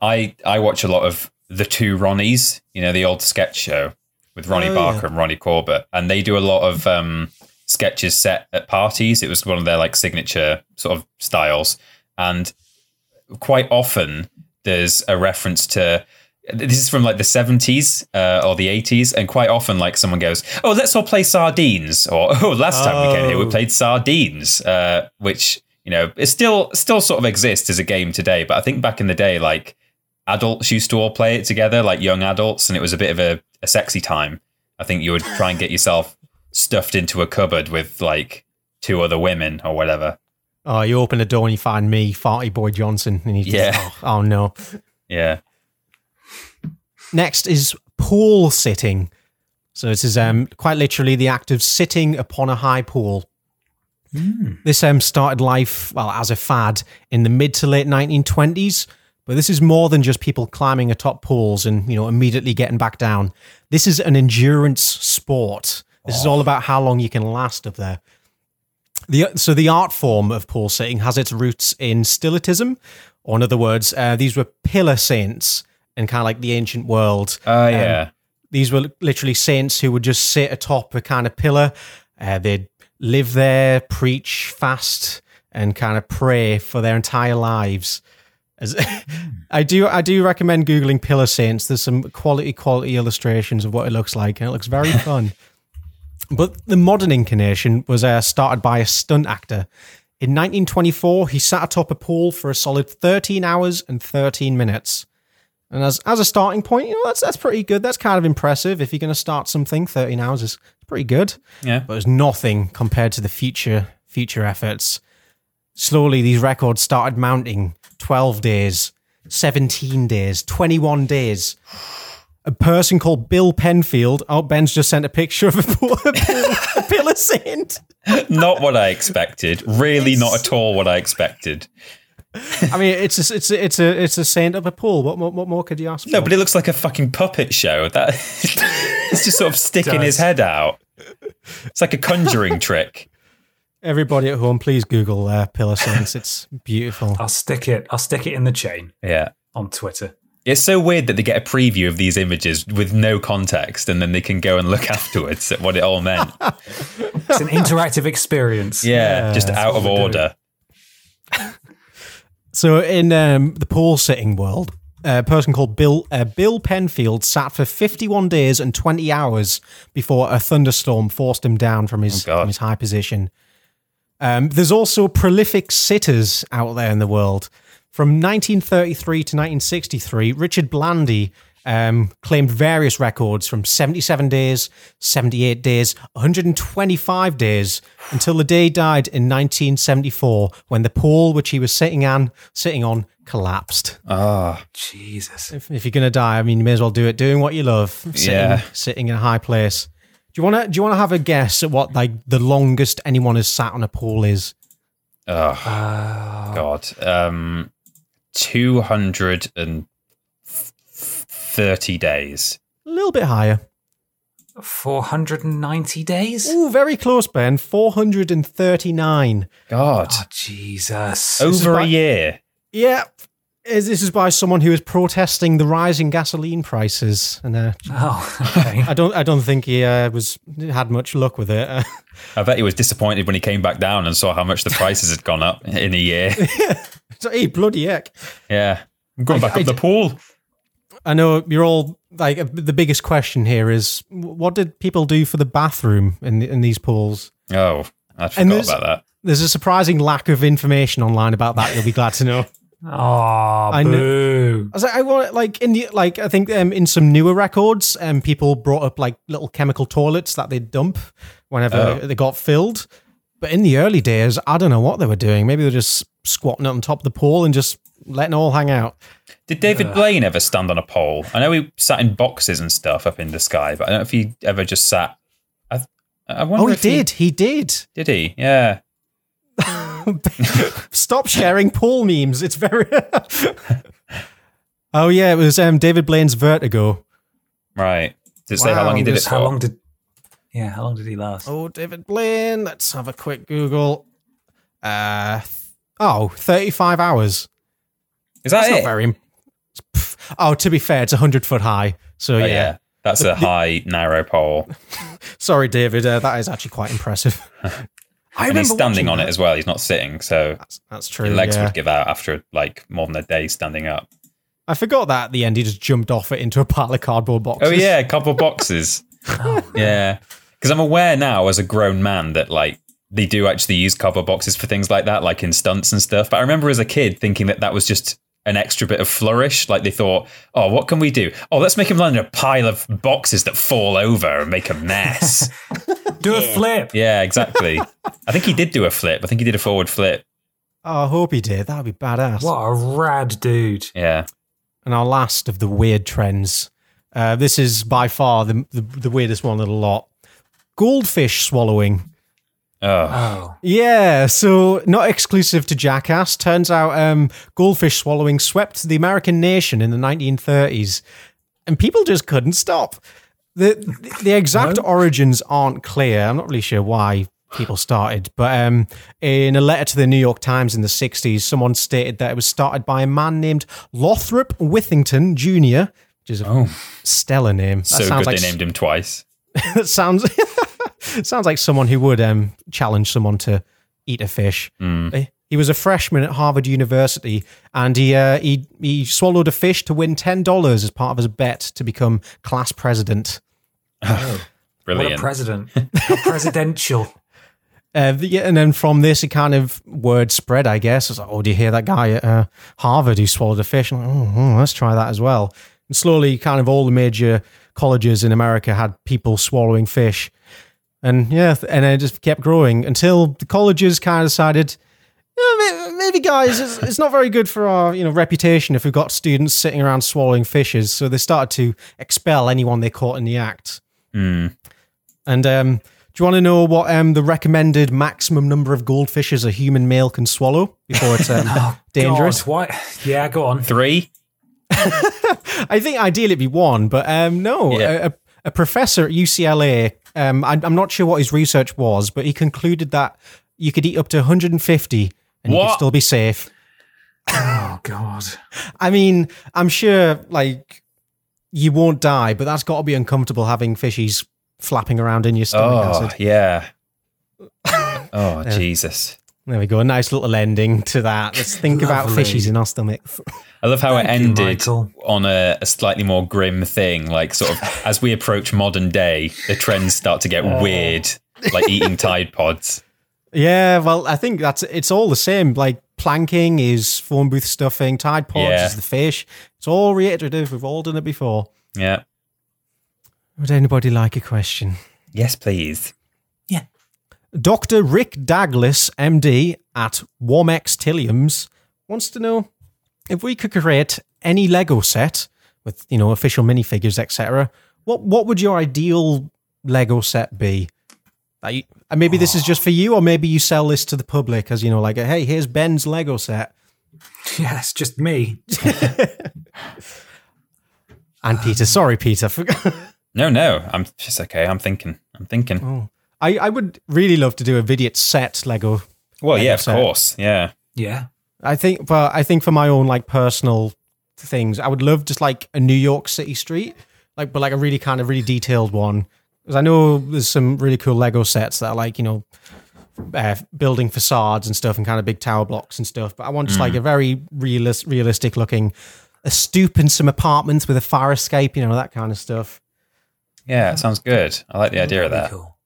I I watch a lot of The Two Ronnies, you know, the old sketch show with Ronnie Barker and Ronnie Corbett, and they do a lot of um sketches set at parties. It was one of their like signature sort of styles. And quite often there's a reference to this is from like the 70s uh, or the 80s and quite often like someone goes oh let's all play sardines or oh last time we came here we Oh. played sardines uh, which you know it still still sort of exists as a game today but i think back in the day like adults used to all play it together like young adults and it was a bit of a, a sexy time i think you would try and get yourself stuffed into a cupboard with like two other women or whatever Oh, you open the door and you find me, Farty Boy Johnson. And you just, Yeah. oh, oh, no. yeah Next is pool sitting. So this is um, quite literally the act of sitting upon a high pool. This um, started life, well, as a fad in the mid to late 1920s. But this is more than just people climbing atop pools and, you know, immediately getting back down. This is an endurance sport. This is all about how long you can last up there. The, so the art form of pool sitting has its roots in stilitism, or in other words, uh, these were pillar saints in kind of like the ancient world. oh yeah These were literally saints who would just sit atop a kind of pillar. Uh, they'd live there, preach, fast, and kind of pray for their entire lives. As I do, I do recommend googling pillar saints. There's some quality, quality illustrations of what it looks like, and it looks very fun. But the modern incarnation was uh, started by a stunt actor. In 1924, he sat atop a pool for a solid 13 hours and 13 minutes. And as as a starting point, you know that's that's pretty good. That's kind of impressive. If you're going to start something, 13 hours is pretty good. Yeah. But it's nothing compared to the future future efforts. Slowly, these records started mounting. 12 days, 17 days, 21 days. A person called Bill Penfield. Oh, Ben's just sent a picture of a, pool, a, pool, a pillar saint. Not what I expected. Really, not at all what I expected. I mean, it's a, it's a, it's a it's a saint of a pool. What, what what more could you ask? No, for? but it looks like a fucking puppet show. That it's just sort of sticking his head out. It's like a conjuring trick. Everybody at home, please Google uh, pillar saints. It's beautiful. I'll stick it. I'll stick it in the chain Yeah. on Twitter. It's so weird that they get a preview of these images with no context and then they can go and look afterwards at what it all meant. It's an interactive experience. Yeah, just out of order. So in um, the pool sitting world, a person called Bill uh, Bill Penfield sat for 51 days and 20 hours before a thunderstorm forced him down from his God. from his high position. Um, there's also prolific sitters out there in the world. From 1933 to 1963, Richard Blandy um, claimed various records from 77 days, 78 days, 125 days, until the day he died in 1974 when the pool which he was sitting on, sitting on collapsed. Ah, Jesus. If, if you're gonna die, I mean, you may as well do it doing what you love. Sitting, Yeah. sitting in a high place. Do you wanna? Do you wanna have a guess at what like the longest anyone has sat on a pool is? oh, Uh, God. Um, 230 days. A little bit higher. 490 days? Ooh, very close, Ben. Four hundred and thirty-nine. God. Oh, Jesus. Over a about- year. Yeah. Is- This is by someone who is protesting the rising gasoline prices, and uh, Oh, okay. I don't, I don't think he uh, was had much luck with it. I bet he was disappointed when he came back down and saw how much the prices had gone up in a year. so, hey, bloody heck! Yeah. I'm going back up the pool. I know you're all like uh, the biggest question here is what did people do for the bathroom in the, in these pools? Oh, I And forgot there's- about that. There's a surprising lack of information online about that. You'll be glad to know. I Oh, I kn- boo. was like, I want like in the, like I think um, in some newer records, um, people brought up like little chemical toilets that they'd dump whenever Oh. they got filled. But in the early days, I don't know what they were doing. Maybe they were just squatting up on top of the pool and just letting it all hang out. Did David Blaine ever stand on a pole? I know he sat in boxes and stuff up in the sky, but I don't know if he ever just sat. I, I wonder Oh, he if did. He did. Did he? Yeah. Stop sharing Paul memes. It's very. oh yeah, it was um, David Blaine's Vertigo. Right. Did it say how long he did it Just for? How long did. Yeah, how long did he last? Oh, David Blaine. Let's have a quick Google. Uh, th- oh, 35 hours. Is that That's it? not very. im- Pff, Oh, to be fair, it's 100 foot high. So Oh, yeah. yeah. That's a high, narrow pole. Sorry, David. Uh, that is actually quite impressive. I And he's remember standing watching on it that. as well. He's not sitting. So That's, that's your true. legs yeah. would give out after like more than a day standing up. I forgot that at the end he just jumped off it into a pile of cardboard boxes. Oh, yeah. A couple boxes. Oh, yeah. Because I'm aware now as a grown man that like, they do actually use cardboard boxes for things like that, like in stunts and stuff. But I remember as a kid thinking that that was just an extra bit of flourish. Like they thought, oh, what can we do? Oh, let's make him land in a pile of boxes that fall over and make a mess. Do a flip. yeah, exactly. I think he did do a flip. I think he did a forward flip. Oh, I hope he did. That would be badass. What a rad dude. Yeah. And our last of the weird trends. Uh, this is by far the, the the weirdest one of the lot. Goldfish swallowing. Oh, Oh. Yeah, so not exclusive to Jackass. Turns out um, goldfish swallowing swept the American nation in the 1930s, and people just couldn't stop. The the exact origins aren't clear. I'm not really sure why people started, but um, in a letter to the New York Times in the 60s, someone stated that it was started by a man named Lothrop Withington Jr. which is a Oh, stellar name. That So sounds good like they s- named him twice. that sounds sounds like someone who would um, challenge someone to eat a fish. Eh, He was a freshman at Harvard University, and he uh, he he swallowed a fish to win ten dollars as part of his bet to become class president. what a Brilliant. president. How presidential. Uh, the- yeah, and then from this, it kind of word spread, I guess. It's like, oh, do you hear that guy at uh, Harvard who swallowed a fish? I'm like, oh, oh, let's try that as well. And slowly, kind of all the major colleges in America had people swallowing fish. And yeah, th- and it just kept growing until the colleges kind of decided, "Yeah, may- maybe guys, it's, it's not very good for our you know reputation if we've got students sitting around swallowing fishes. So they started to expel anyone they caught in the act. Mm. And um, do you want to know what um, the recommended maximum number of goldfishes a human male can swallow before it's um, dangerous? God, why? Yeah, go on. Three? I think ideally it'd be one, but um, no. Yeah. A, a, a professor at UCLA, um, I, I'm not sure what his research was, but he concluded that you could eat up to 150 and you could What? still be safe. Oh, God. I mean, I'm sure like you won't die, but that's got to be uncomfortable having fishies flapping around in your stomach Oh, acid. yeah. Oh, Jesus. There we go. A nice little ending to that. Let's think about Lovely. fishies in our stomachs. I love how it you, ended Michael. on a, a slightly more grim thing. Like, sort of, as we approach modern day, the trends start to get weird, like eating Tide Pods. Yeah, well, I think that's it's all the same. Like planking is phone booth stuffing, Tide Pods Yeah. is the fish. It's all reiterative. We've all done it before. Yeah. Would anybody like a question? Yes, please. Dr. Rick Douglas, MD at Warmex Tilliums, wants to know if we could create any Lego set with, you know, official minifigures, etc. What what would your ideal Lego set be? That you- and maybe this is just for you, or maybe you sell this to the public as, you know, like, hey, here's Ben's Lego set Yeah, it's just me. and Peter. Sorry, Peter. No, no. I'm just okay. I'm thinking. I'm thinking. oh, I I would really love to do a Vidiot set Lego Well, yeah, of so- course. Yeah. Yeah. I think, well, I think for my own like personal things, I would love just like a New York City street, like but like a really kind of really detailed one. Because I know there's some really cool Lego sets that are like you know, uh, building facades and stuff and kind of big tower blocks and stuff. But I want just like a very realist, realistic looking, a stoop and some apartments with a fire escape, you know, that kind of stuff. Yeah, it sounds good. I like the idea of That'd be that. Cool.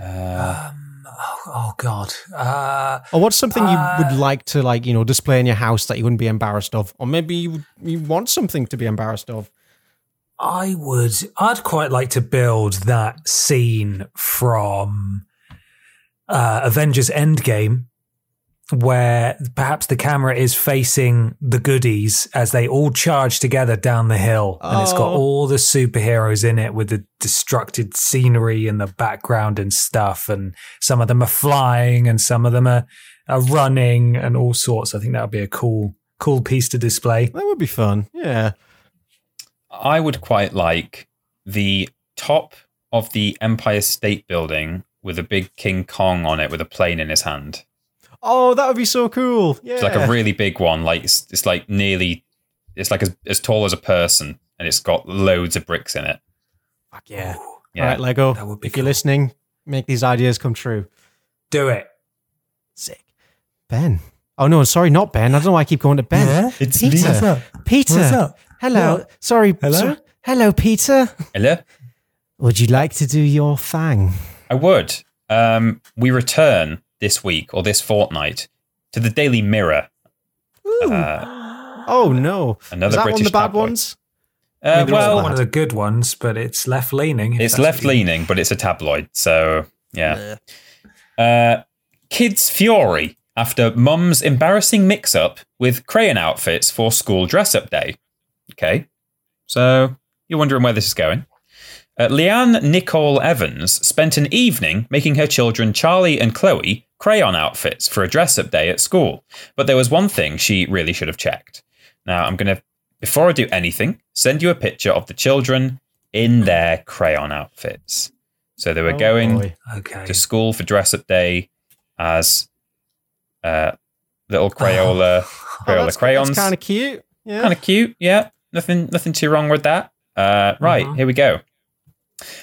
Uh, Um, oh, oh, God. Uh, Or what's something you Uh, would like to like you know display in your house that you wouldn't be embarrassed of, or maybe you you want something to be embarrassed of. I would. I'd quite like to build that scene from uh, Avengers Endgame, where perhaps the camera is facing the goodies as they all charge together down the hill, and it's got Oh. all the superheroes in it with the destructed scenery in the background and stuff, and some of them are flying, and some of them are, are running, and all sorts. I think that would be a cool, cool piece to display. That would be fun. Yeah. I would quite like the top of the Empire State Building with a big King Kong on it with a plane in his hand. Oh, that would be so cool. Yeah. It's like a really big one. Like it's, it's like nearly, it's like as, as tall as a person, and it's got loads of bricks in it. Fuck yeah. All Yeah, right, Lego. That would be if you're cool. listening, make these ideas come true. Do it. Sick. Ben. Oh no, sorry, not Ben. I don't know why I keep going to Ben. it's Peter. What's up? Peter. What's up? Hello. What? Sorry. Hello? so- hello, Peter. Hello? Would you like to do your fang? I would. Um, we return this week or this fortnight to the Daily Mirror. Uh, Oh no. Another Is that one British the bad tabloid. ones? uh, Maybe it's not well, one of the good ones, but it's left leaning. It's left leaning, but it's a tabloid. So yeah. Uh, kids fury after mum's embarrassing mix-up with crayon outfits for school dress-up day. Okay, so you're wondering where this is going. Uh, Leanne Nicole Evans spent an evening making her children Charlie and Chloe crayon outfits for a dress-up day at school, but there was one thing she really should have checked. Now I'm gonna, before I do anything, send you a picture of the children in their crayon outfits. So they were Oh, going boy. Okay. to school for dress up day as uh, little Crayola Oh, Crayola that's, crayons. That's kind of cute. Yeah. Kind of cute, yeah. nothing, nothing too wrong with that. Uh, right, here we go.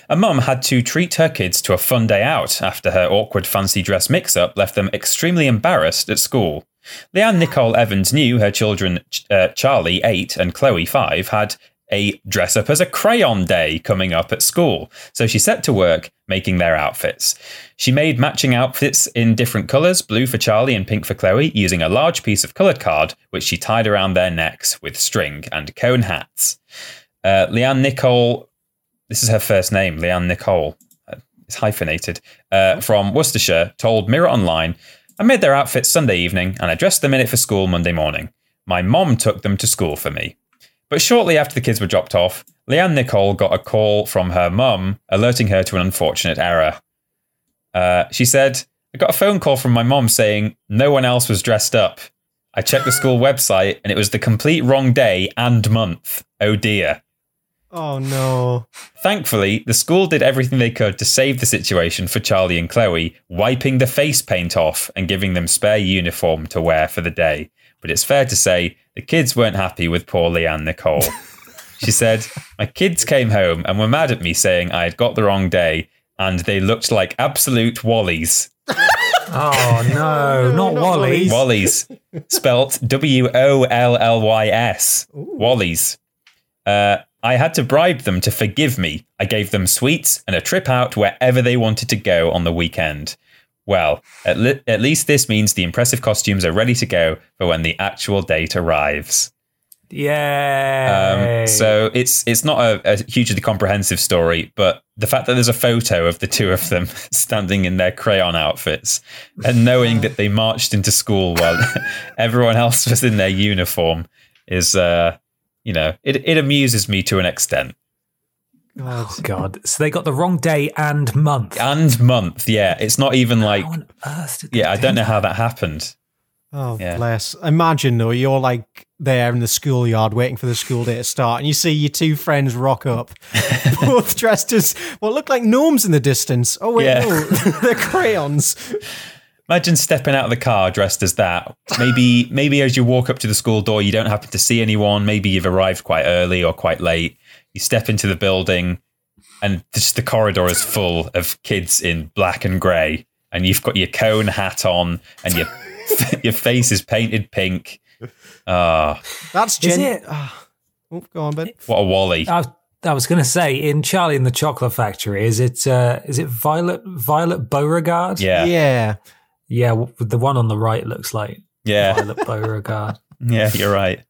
A mum had to treat her kids to a fun day out after her awkward fancy dress mix up left them extremely embarrassed at school. Leanne Nicole Evans knew her children, Ch- uh, Charlie, 8, and Chloe, 5, had a dress up as a crayon day coming up at school, so she set to work making their outfits. She made matching outfits in different colours blue for Charlie and pink for Chloe using a large piece of coloured card which she tied around their necks with string and cone hats. Uh, Leanne Nicole this is her first name, Leanne Nicole. Uh, It's hyphenated. Uh, from Worcestershire, told Mirror Online, I made their outfits Sunday evening and I dressed them in it for school Monday morning. My mom took them to school for me. But shortly after the kids were dropped off, Leanne Nicole got a call from her mum alerting her to an unfortunate error. Uh, she said, I got a phone call from my mom saying no one else was dressed up. I checked the school website and it was the complete wrong day and month. Oh dear. Oh no. Thankfully, the school did everything they could to save the situation for Charlie and Chloe, wiping the face paint off and giving them spare uniform to wear for the day. But it's fair to say the kids weren't happy with poor Leanne Nicole. she said, My kids came home and were mad at me saying I had got the wrong day and they looked like absolute wallies. Oh no, not not Wally. Wally's. Wallies, spelt W O L L Y S. Wallies. Uh, I had to bribe them to forgive me. I gave them sweets and a trip out wherever they wanted to go on the weekend. Well, at, le- at least this means the impressive costumes are ready to go for when the actual date arrives. Yeah. Um, so it's it's not a, a hugely comprehensive story, but the fact that there's a photo of the two of them standing in their crayon outfits and knowing that they marched into school while everyone else was in their uniform is, uh, you know, it, it amuses me to an extent. oh god. So they got the wrong day and month. And month, yeah, it's not even like, How on earth did they yeah, I don't do know how that happened. Oh Yeah. bless. Imagine though, you're like there in the schoolyard waiting for the school day to start, and you see your two friends rock up, both dressed as what look like gnomes in the distance. Oh wait, Yeah. no, they're crayons. Imagine stepping out of the car dressed as that. Maybe, maybe as you walk up to the school door, you don't happen to see anyone. Maybe you've arrived quite early or quite late. You step into the building, and just the corridor is full of kids in black and grey, and you've got your cone hat on, and your your face is painted pink. Ah, That's Is gen- it- Ah. Oh, go on, Ben. what a wally! I, I was going to say in Charlie and the Chocolate Factory, is it uh, is it Violet Violet Beauregard? Yeah, yeah, yeah. yeah. w- The one on the right looks like yeah, Violet Beauregard. You're right.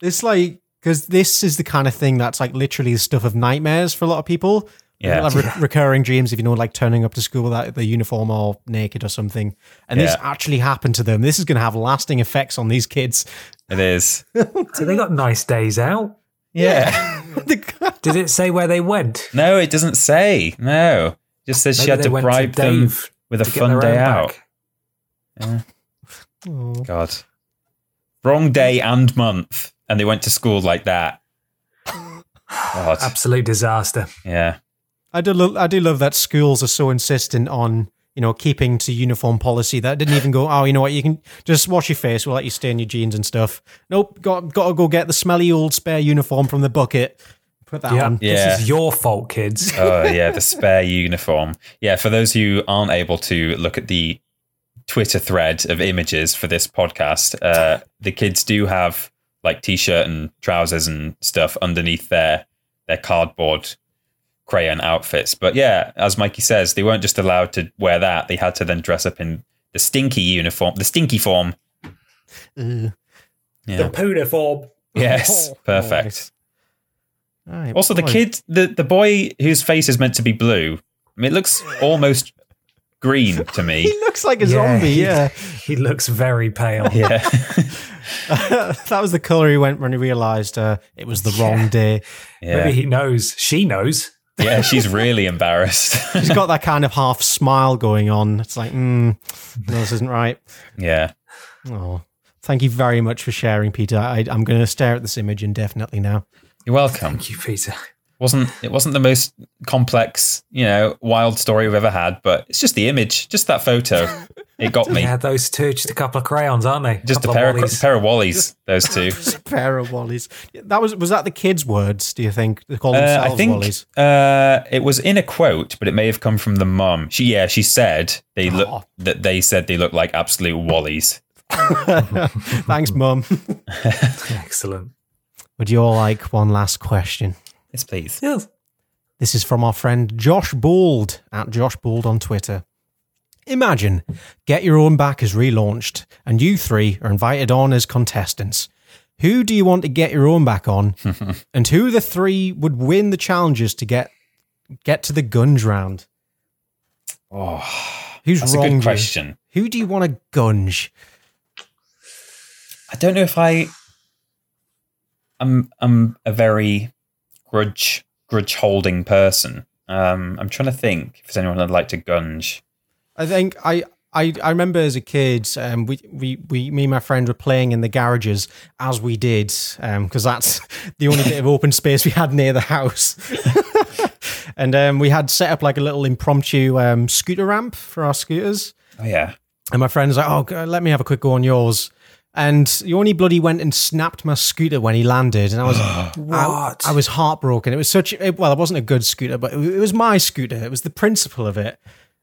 It's like because this is the kind of thing that's like literally the stuff of nightmares for a lot of people. Yeah. People have re- recurring dreams if you know, like turning up to school without the uniform or naked or something. And this Yeah. actually happened to them. This is going to have lasting effects on these kids. It is. So they got nice days out. Yeah. The- Did it say where they went? No, it doesn't say. No, It just says she Maybe had they to went bribe to them Dave with a to get fun their day own out. back. Oh. God. Wrong day and month. And they went to school like that. God. Absolute disaster. Yeah. I do lo- I do love that schools are so insistent on you know keeping to uniform policy that didn't even go oh you know what you can just wash your face we'll let you stay in your jeans and stuff nope got got to go get the smelly old spare uniform from the bucket put that Yeah. on Yeah. This is your fault, kids. Oh, yeah. The spare uniform. Yeah. For those who aren't able to look at the Twitter thread of images for this podcast, uh, the kids do have like t shirt and trousers and stuff underneath their, their cardboard crayon outfits. But yeah, as Mikey says, they weren't just allowed to wear that. They had to then dress up in the stinky uniform, the stinky form. Ugh. Yeah. puniform. Yes, Oh, perfect. Alright, Also, the boy. kid, the, the boy whose face is meant to be blue, I mean, it looks almost green to he me. looks like a zombie yeah He looks very pale. Yeah, that was the color he went when he realized uh, it was the wrong day yeah, Maybe he knows. She knows. yeah. She's really embarrassed. he's got that kind of half smile going on it's like mm, no this isn't right yeah, oh thank you very much for sharing peter I, i'm going to stare at this image indefinitely now you're welcome. Thank you, Peter. wasn't it wasn't the most complex, you know, wild story we've ever had, but it's just the image, just that photo. It got me. Yeah, those two, just a couple of crayons, aren't they? Just a Couple pair of, wallies. pair of wallies, those two. Just a pair of wallies. That was was that the kids' words? Do you think they call Uh, themselves I think wallies? uh, it was in a quote, but it may have come from the mum. She, yeah, she said they look Oh. that they said they look like absolute wallies. Thanks, mum. Excellent. Would you all like one last question? Yes, please. Yes. This is from our friend Josh Bald at Josh Bald on Twitter. Imagine Get Your Own Back is relaunched, and you three are invited on as contestants. Who do you want to get your own back on, and who of the three would win the challenges to get get to the guns round? Oh, Who's that's a wrong? good question. Who do you want to gunge? I don't know if I. I'm I'm a very grudge grudge holding person. Um, I'm trying to think if there's anyone I'd like to gunge. I think I. I, I remember as a kid, um, we, we, we, me and my friend were playing in the garages as we did, because that's the only bit of open space we had near the house. and um, we had set up like a little impromptu um, scooter ramp for our scooters. Oh yeah, And my friend's like, oh, g- let me have a quick go on yours. And he only bloody went and snapped my scooter when he landed. And I was, What? I, I was heartbroken. It was such, it, well, it wasn't a good scooter, but it, w- it was my scooter. It was the principle of it.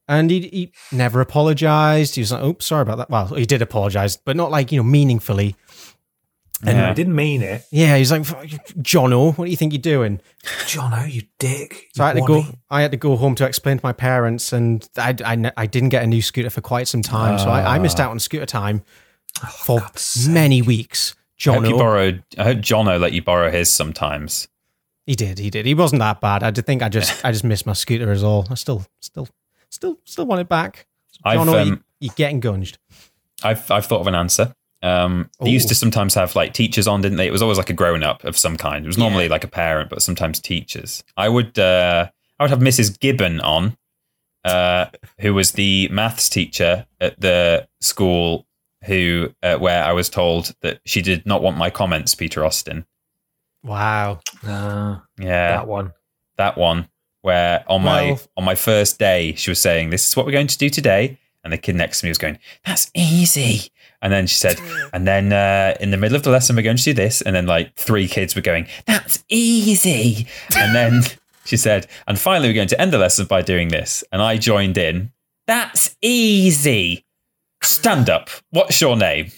And he, he never apologized. He was like, oh, sorry about that. Well, he did apologize, but not like, you know, meaningfully. Anyway, Yeah. I didn't mean it. Yeah, he's like, Jono, what do you think you're doing? John, oh, you dick. So I had to you go. wanney. I had to go home to explain to my parents, and I, I, ne- I didn't get a new scooter for quite some time. so I, I missed out on scooter time Oh, for many weeks. I hope you John, borrowed. I hope Jono let you borrow his sometimes. he did, he did. He wasn't that bad. I did think I just, I just missed my scooter as all. I still, still, still, still want it back. I've, John, you, um, you're getting gunged. I've I've thought of an answer. Um, they used Ooh. to sometimes have like teachers on, didn't they? It was always like a grown up of some kind. It was normally like a parent, but sometimes teachers. I would uh, I would have Mrs. Gibbon on, uh, who was the maths teacher at the school who uh, where I was told that she did not want my comments, Peter Austin. Wow. Ah, Yeah, that one. that one where on my Well- on my first day she was saying this is what we're going to do today and the kid next to me was going that's easy and then she said and then uh, in the middle of the lesson we're going to do this and then like three kids were going that's easy and then she said and finally we're going to end the lesson by doing this and i joined in that's easy stand up what's your name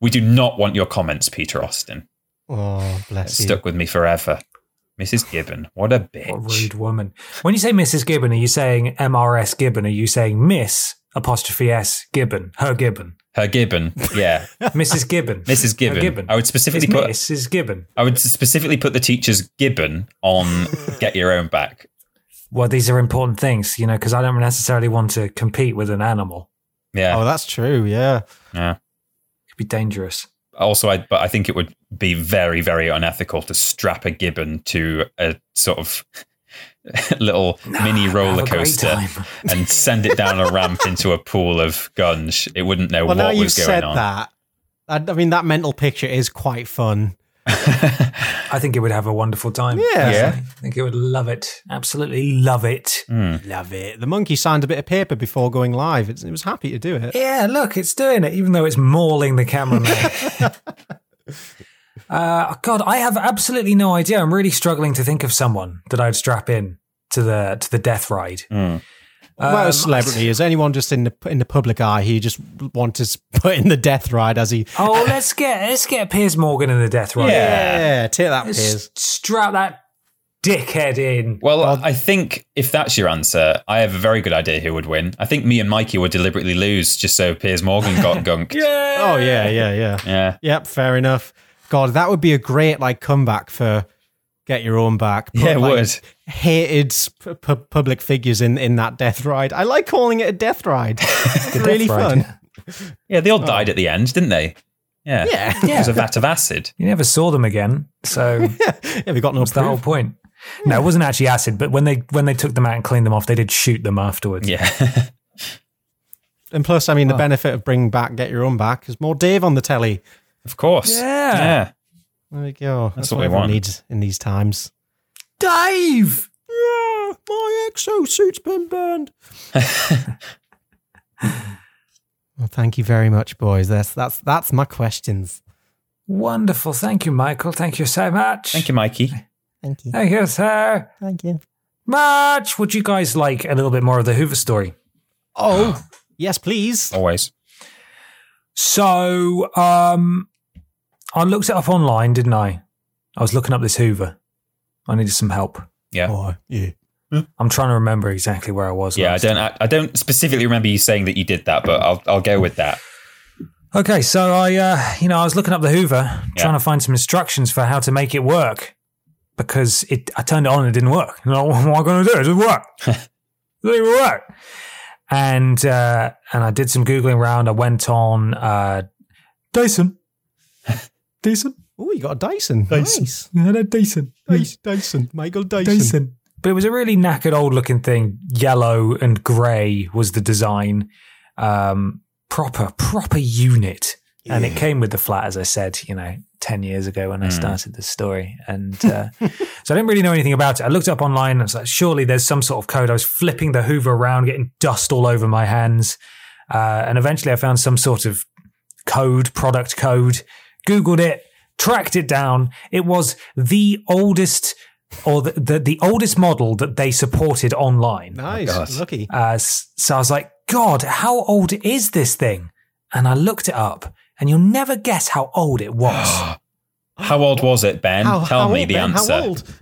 we do not want your comments peter austin Oh, It bless you. stuck with me forever mrs gibbon what a bitch What a rude woman. When you say Mrs. Gibbon, are you saying MRS Gibbon? Are you saying Miss apostrophe S Gibbon? Her Gibbon. Her Gibbon, yeah, Mrs. Gibbon. Mrs. Gibbon. Her Gibbon. I would specifically It's put Mrs. Gibbon. I would specifically put the teacher's Gibbon on Get Your Own Back. Well, these are important things, you know, because I don't necessarily want to compete with an animal. Yeah, Oh, that's true. Yeah. yeah. It could be dangerous. Also, I but I think it would be very very unethical to strap a Gibbon to a sort of little mini roller Have a great coaster time. and send it down a ramp into a pool of guns. It wouldn't know Well, now what you've was going said on. that. I, I mean, that mental picture is quite fun. I think it would have a wonderful time. Yeah. Yeah. I think it would love it. Absolutely love it. Hmm. Love it. The monkey signed a bit of paper before going live. It's, it was happy to do it. Yeah, look, it's doing it, even though it's mauling the cameraman. uh, God, I have absolutely no idea. I'm really struggling to think of someone that I'd strap in to the to the death ride. Hmm. What about Um, a celebrity? Is anyone just in the in the public eye who you just want to s- put in the death ride as he? Oh, let's get let's get Piers Morgan in the death ride. Yeah, take that, Let's Piers. strap that dickhead in. Well, I think if that's your answer, I have a very good idea who would win. I think me and Mikey would deliberately lose just so Piers Morgan got gunked. Yeah. Oh yeah, yeah, yeah. Yeah. Yep, fair enough. God, that would be a great like comeback for get your own back. Put, Yeah, it like, would. hated pu- pu- public figures in in that death ride. I like calling it a death ride. It's death really ride. fun. Yeah, they all died at the end, didn't they? Yeah. Oh. Yeah. It was a vat of acid. You never saw them again, so yeah, we got no That's the whole proof. point. No, it wasn't actually acid, but when they when they took them out and cleaned them off, they did shoot them afterwards. Yeah. And plus, I mean, the benefit of bringing back get your own back is more Dave on the telly. of course. Yeah. Yeah. There we go. That's, what what, we everyone want. needs in these times. Dave! Yeah, my exosuit's been burned. well, thank you very much, boys. That's that's that's my questions. Wonderful. Thank you, Michael. Thank you so much. Thank you, Mikey. Thank you. Thank you, sir. Thank you. Much. Would you guys like a little bit more of the Hoover story? Oh, yes, please. Always. So, um, I looked it up online, didn't I? I was looking up this Hoover. I needed some help. Yeah. Oh, yeah. I'm trying to remember exactly where I was. Yeah, I last don't. I, I don't specifically remember you saying that you did that, but I'll I'll go with that. Okay, so I, uh, you know, I was looking up the Hoover, Yeah. trying to find some instructions for how to make it work, because it, I turned it on and it didn't work. You know, what am I going to do? It didn't work. it didn't even work. And uh, and I did some googling around. I went on uh, Dyson, Dyson, Oh, you got a Dyson. Dyson. Nice. yeah, they're Dyson, Nice Dyson. Michael Dyson. Dyson. But it was a really knackered old looking thing. Yellow and grey was the design. Um, proper, proper unit. And it came with the flat, as I said, you know, 10 years ago when I Mm. started this story. And uh, so I didn't really know anything about it. I looked it up online and I was like, surely there's some sort of code. I was flipping the Hoover around, getting dust all over my hands. Uh, and eventually I found some sort of code, product code, Googled it, tracked it down. It was the oldest or the, the, the oldest model that they supported online. Nice. God. Lucky. Uh, s- so I was like, God, how old is this thing? And I looked it up, and you'll never guess how old it was. How old was it, Ben? How- Tell how me old, the Ben? answer. How old?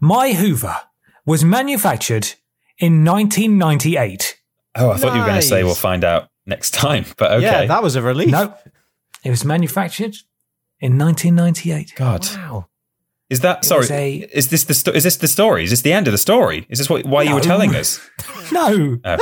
My Hoover was manufactured in 1998. Oh, I thought you were going to say Nice. we'll find out next time, but okay. Yeah, that was a relief. No, it was manufactured in 1998. God, Wow. is that It sorry? was a- Is this the sto- is this the story? Is this the end of the story? Is this what why you were No. telling us? No, Oh,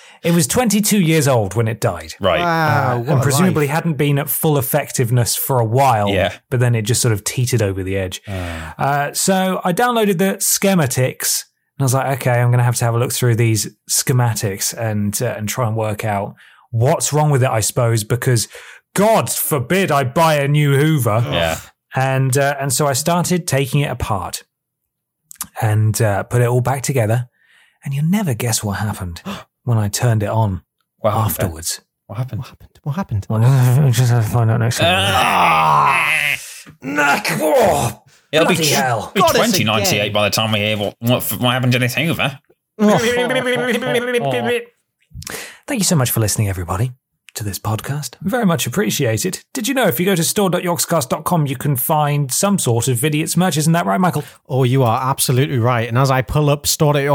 it was 22 years old when it died. right. Wow. Uh, what and a presumably life. hadn't been at full effectiveness for a while. Yeah. But then it just sort of teetered over the edge. Ah. Uh, so I downloaded the schematics and I was like, okay, I'm going to have to have a look through these schematics and uh, and try and work out what's wrong with it, I suppose, because God forbid I buy a new Hoover yeah. and uh, and so I started taking it apart and uh, put it all back together. And you'll never guess what happened when I turned it on What happened? Ben? afterwards. What happened? What happened? What happened? Well, I'll just have to find out next time. Ah! Uh, Oh, It'll be, bloody tw- hell. be God, it's 2098 again. by the time we hear what, what, what happened to this Hoover. Thank you so much for listening, everybody, to this podcast. Very much appreciated. Did you know if you go to store.yorkscast.com, you can find some sort of Vidiots merch? Isn't that right, Michael? Oh, you are absolutely right. And as I pull up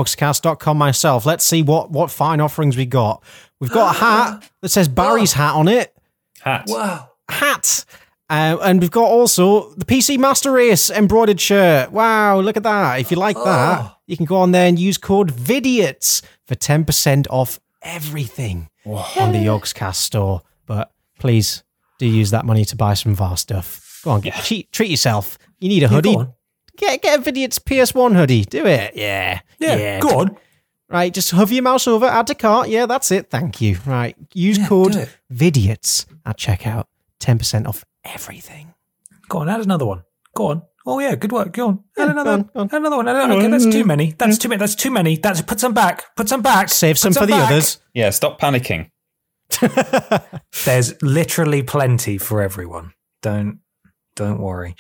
store.yorkscast.com myself, let's see what, what fine offerings we got. We've got a hat that says Barry's hat on it. Hat. Wow. Hat. Uh, and we've got also the PC Master Race embroidered shirt. Wow, look at that. If you like that, you can go on there and use code VIDIOTS for 10% off everything on the Yorkscast store. But please do use that money to buy some VAR stuff. Go on, get, treat, treat yourself. You need a go hoodie. on. get, get a VIDIOTS PS1 hoodie. Do it. Yeah. Yeah, go on. Right, just hover your mouse over, add to cart. Yeah, that's it. Thank you. Right, use do code it. VIDIOTS at checkout. 10% off everything. Go on, add another one. Go on. Oh, yeah, good work. Go on. Add Yeah, another go one. on, go on. Add another one. Add another- Okay, that's too many. That's too many. That's too many. That's Put some back. Put some back. Save Put some for the back. others. Yeah, stop panicking. There's literally plenty for everyone. Don't don't worry.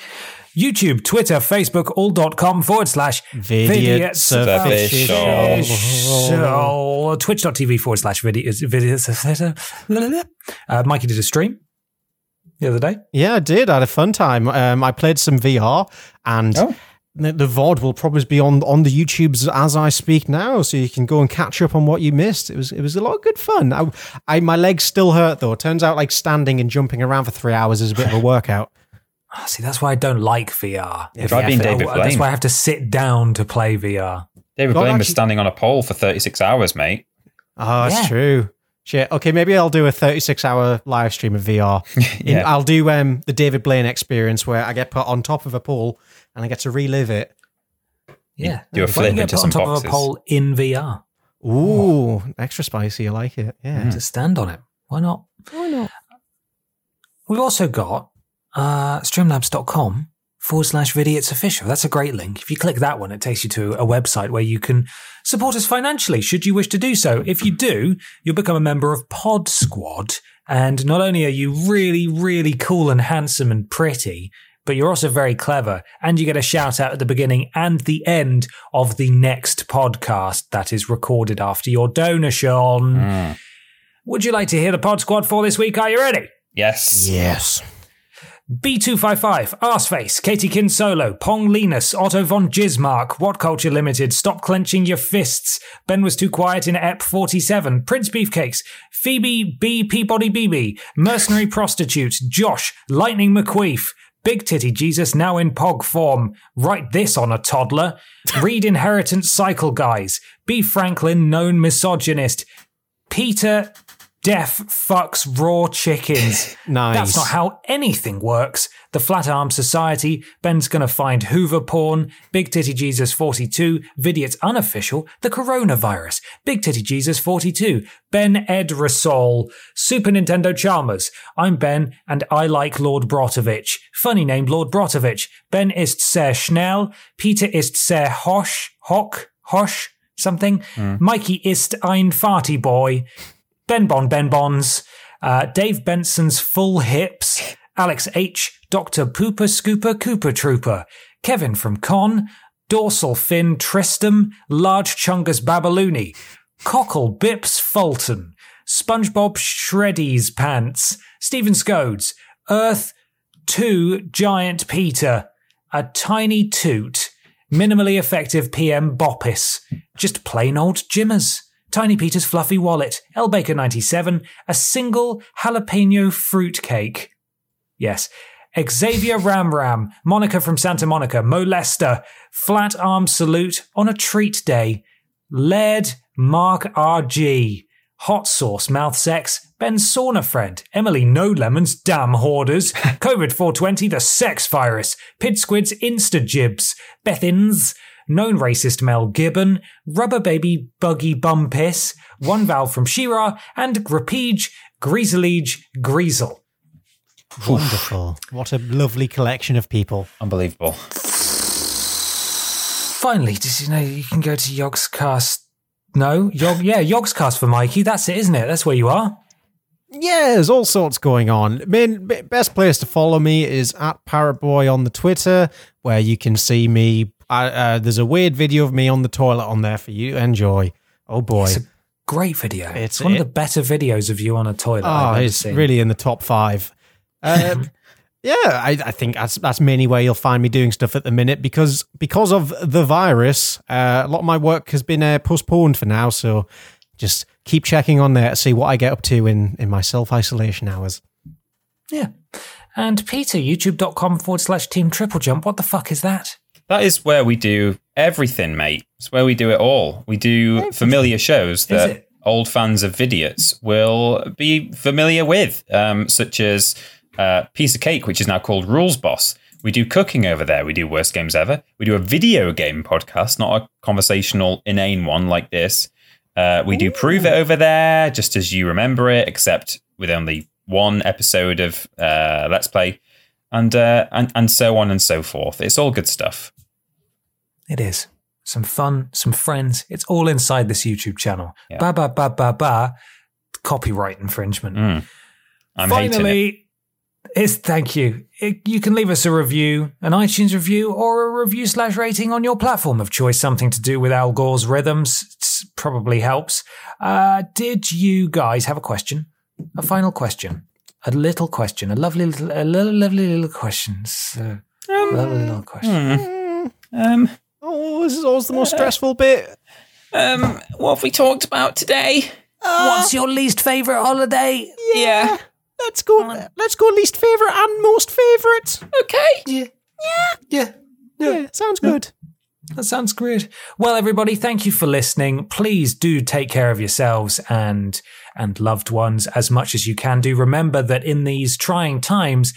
YouTube, Twitter, Facebook, all.com forward slash Vidiots official. official. Twitch.tv forward slash vidiots. vidiots- Uh, Mikey did a stream the other day. Yeah, I did. I had a fun time. Um, I played some VR, and Oh. the, the VOD will probably be on, on the YouTubes as I speak now, so you can go and catch up on what you missed. It was it was a lot of good fun. I, I my legs still hurt though. Turns out like standing and jumping around for three hours is a bit of a workout. Ah, See, that's why I don't like VR. Yeah, If try I- being I- David that's Blaine. why I have to sit down to play VR. David God, Blaine was actually- standing on a pole for 36 hours, mate. Oh, that's Yeah. true. Shit. Okay, maybe I'll do a 36 hour live stream of VR. In- Yeah. I'll do um, the David Blaine experience where I get put on top of a pool and I get to relive it. Yeah. do a Why don't flip you get into put some on top boxes. of a pole in VR Oh. Ooh, extra spicy. I like it. Mm. Yeah. to stand on it. Why not? Why not? We've also got uh, streamlabs.com forward slash Vidi It's Official. That's a great link. If you click that one, it takes you to a website where you can support us financially, should you wish to do so. If you do, you'll become a member of Pod Squad. And not only are you really, really cool and handsome and pretty, but you're also very clever and you get a shout out at the beginning and the end of the next podcast that is recorded after your donation. Would you like to hear the Pod Squad for this week? Are you ready? Yes. Yes. B255, Arseface, Katie Kin Solo, Pong Linus, Otto von Gismarck, What Culture Limited, Stop Clenching Your Fists, Ben Was Too Quiet in EP 47, Prince Beefcakes, Phoebe B. Peabody BB, Mercenary Prostitute, Josh, Lightning McQueef, Big Titty Jesus now in pog form, Write This on a Toddler, Read Inheritance Cycle Guys, B. Franklin, Known Misogynist, Peter Deaf Fucks Raw Chickens. Nice. That's not how anything works. The Flat Arm Society, Ben's Gonna Find Hoover Porn, Big Titty Jesus 42, Vidiot's Unofficial, The Coronavirus, Big Titty Jesus 42, Ben Ed Rasol, Super Nintendo Chalmers, I'm Ben and I like Lord Brotovich, funny name Lord Brotovich, Ben ist sehr schnell, Peter ist sehr hosh, hock, hosh, something, Mikey ist ein farty boy, Ben Bon Ben Bonds, uh, Dave Benson's Full Hips, Alex H, Dr. Pooper Scooper Cooper Trooper, Kevin from Con, Dorsal Fin Tristram, Large Chungus Babaloony, Cockle Bips Fulton, SpongeBob Shreddy's Pants, Stephen Scodes, Earth 2 Giant Peter, a tiny toot, minimally effective PM Boppis, just plain old Jimmers, Tiny Peter's fluffy wallet, El Baker 97, a single jalapeno fruitcake. Yes. Xavier Ramram, Monica from Santa Monica, Molester, Flat Arm Salute on a Treat Day, Laird Mark RG, Hot Sauce Mouth Sex, Ben Sauna Friend, Emily No Lemons, Damn Hoarders, COVID 420, The Sex Virus, Pid Squids Insta Jibs, Bethins, Known Racist Mel Gibbon, Rubber Baby Buggy Bumpiss, One Valve from Shira, and Grapege, Greaseleage, Greasel. Wonderful. What a lovely collection of people. Unbelievable. finally, did you know you can go to Yogscast? No, Yog, yeah, Yogscast for Mikey. That's it, isn't it? That's where you are. Yeah, there's all sorts going on. I mean, b- best place to follow me is at Parrotboy on the Twitter, where you can see me. I, uh, there's a weird video of me on the toilet on there for you to enjoy. Oh boy, It's a great video. It's, It's- one it- of the better videos of you on a toilet. oh, I've ever it's seen. really in the top five. Uh, yeah, I, I think that's that's mainly where you'll find me doing stuff at the minute because because of the virus, uh, a lot of my work has been uh, postponed for now. So just keep checking on there to see what I get up to in in my self isolation hours. yeah. And Peter, youtube.com forward slash team triple jump. What the fuck is that? That is where we do everything, mate. It's where we do it all. We do familiar shows it? that old fans of Vidiots will be familiar with, um, such as uh, Piece of Cake, which is now called Rules Boss. We do cooking over there. We do worst games ever. We do a video game podcast, not a conversational, inane one like this. Uh, we do prove it over there, just as you remember it, except with only one episode of uh, Let's Play, and uh, and and so on and so forth. It's all good stuff. It is. Some fun, some friends. It's all inside this YouTube channel. Yeah. Ba ba ba ba ba. Copyright infringement. Mm. I'm hating it. Finally, it's thank you. It, you can leave us a review, an iTunes review, or a review slash rating on your platform of choice. Something to do with Al Gore's rhythms It's- probably helps. Uh, did you guys have a question? A final question? A little question? A lovely little, a little, lovely little question. So, lovely little question. hmm. Um, Oh, this is always the most stressful bit. um, what have we talked about today? What's your least favorite holiday? Yeah. Let's go. Let's go. Least favorite and most favorite. Okay. Yeah. Yeah, sounds good. That sounds great. Well, everybody, thank you for listening. Please do take care of yourselves and and loved ones as much as you can do. Remember that in these trying times,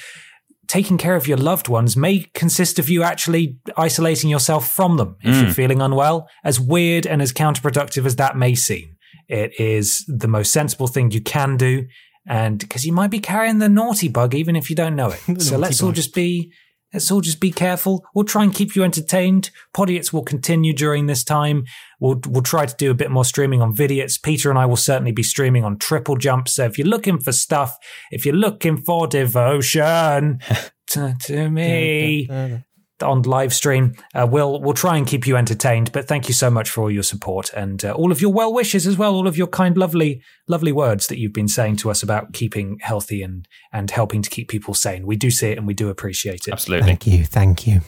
taking care of your loved ones may consist of you actually isolating yourself from them if you're feeling unwell. As weird and as counterproductive as that may seem, it is the most sensible thing you can do. And because you might be carrying the naughty bug even if you don't know it. so naughty let's all bug. just be Let's all just be careful. We'll try and keep you entertained. Podiots will continue during this time. We'll we'll try to do a bit more streaming on Vidiots. Peter and I will certainly be streaming on Triple Jump. So if you're looking for stuff, if you're looking for devotion to, to me on live stream, uh, we'll we'll try and keep you entertained. But thank you so much for all your support and uh, all of your well wishes as well. All of your kind, lovely, lovely words that you've been saying to us about keeping healthy and and helping to keep people sane. We do see it and we do appreciate it. Absolutely. Thank you, thank you.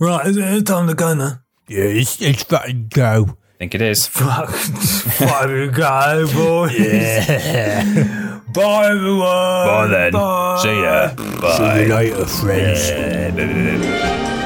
Right, is it time to go now? Yeah, it's, it's fucking go. I think it is. Fuck, fuck you guys, boys. Yeah. Bye, everyone. Bye then. See ya. Bye. later, friends. Yeah.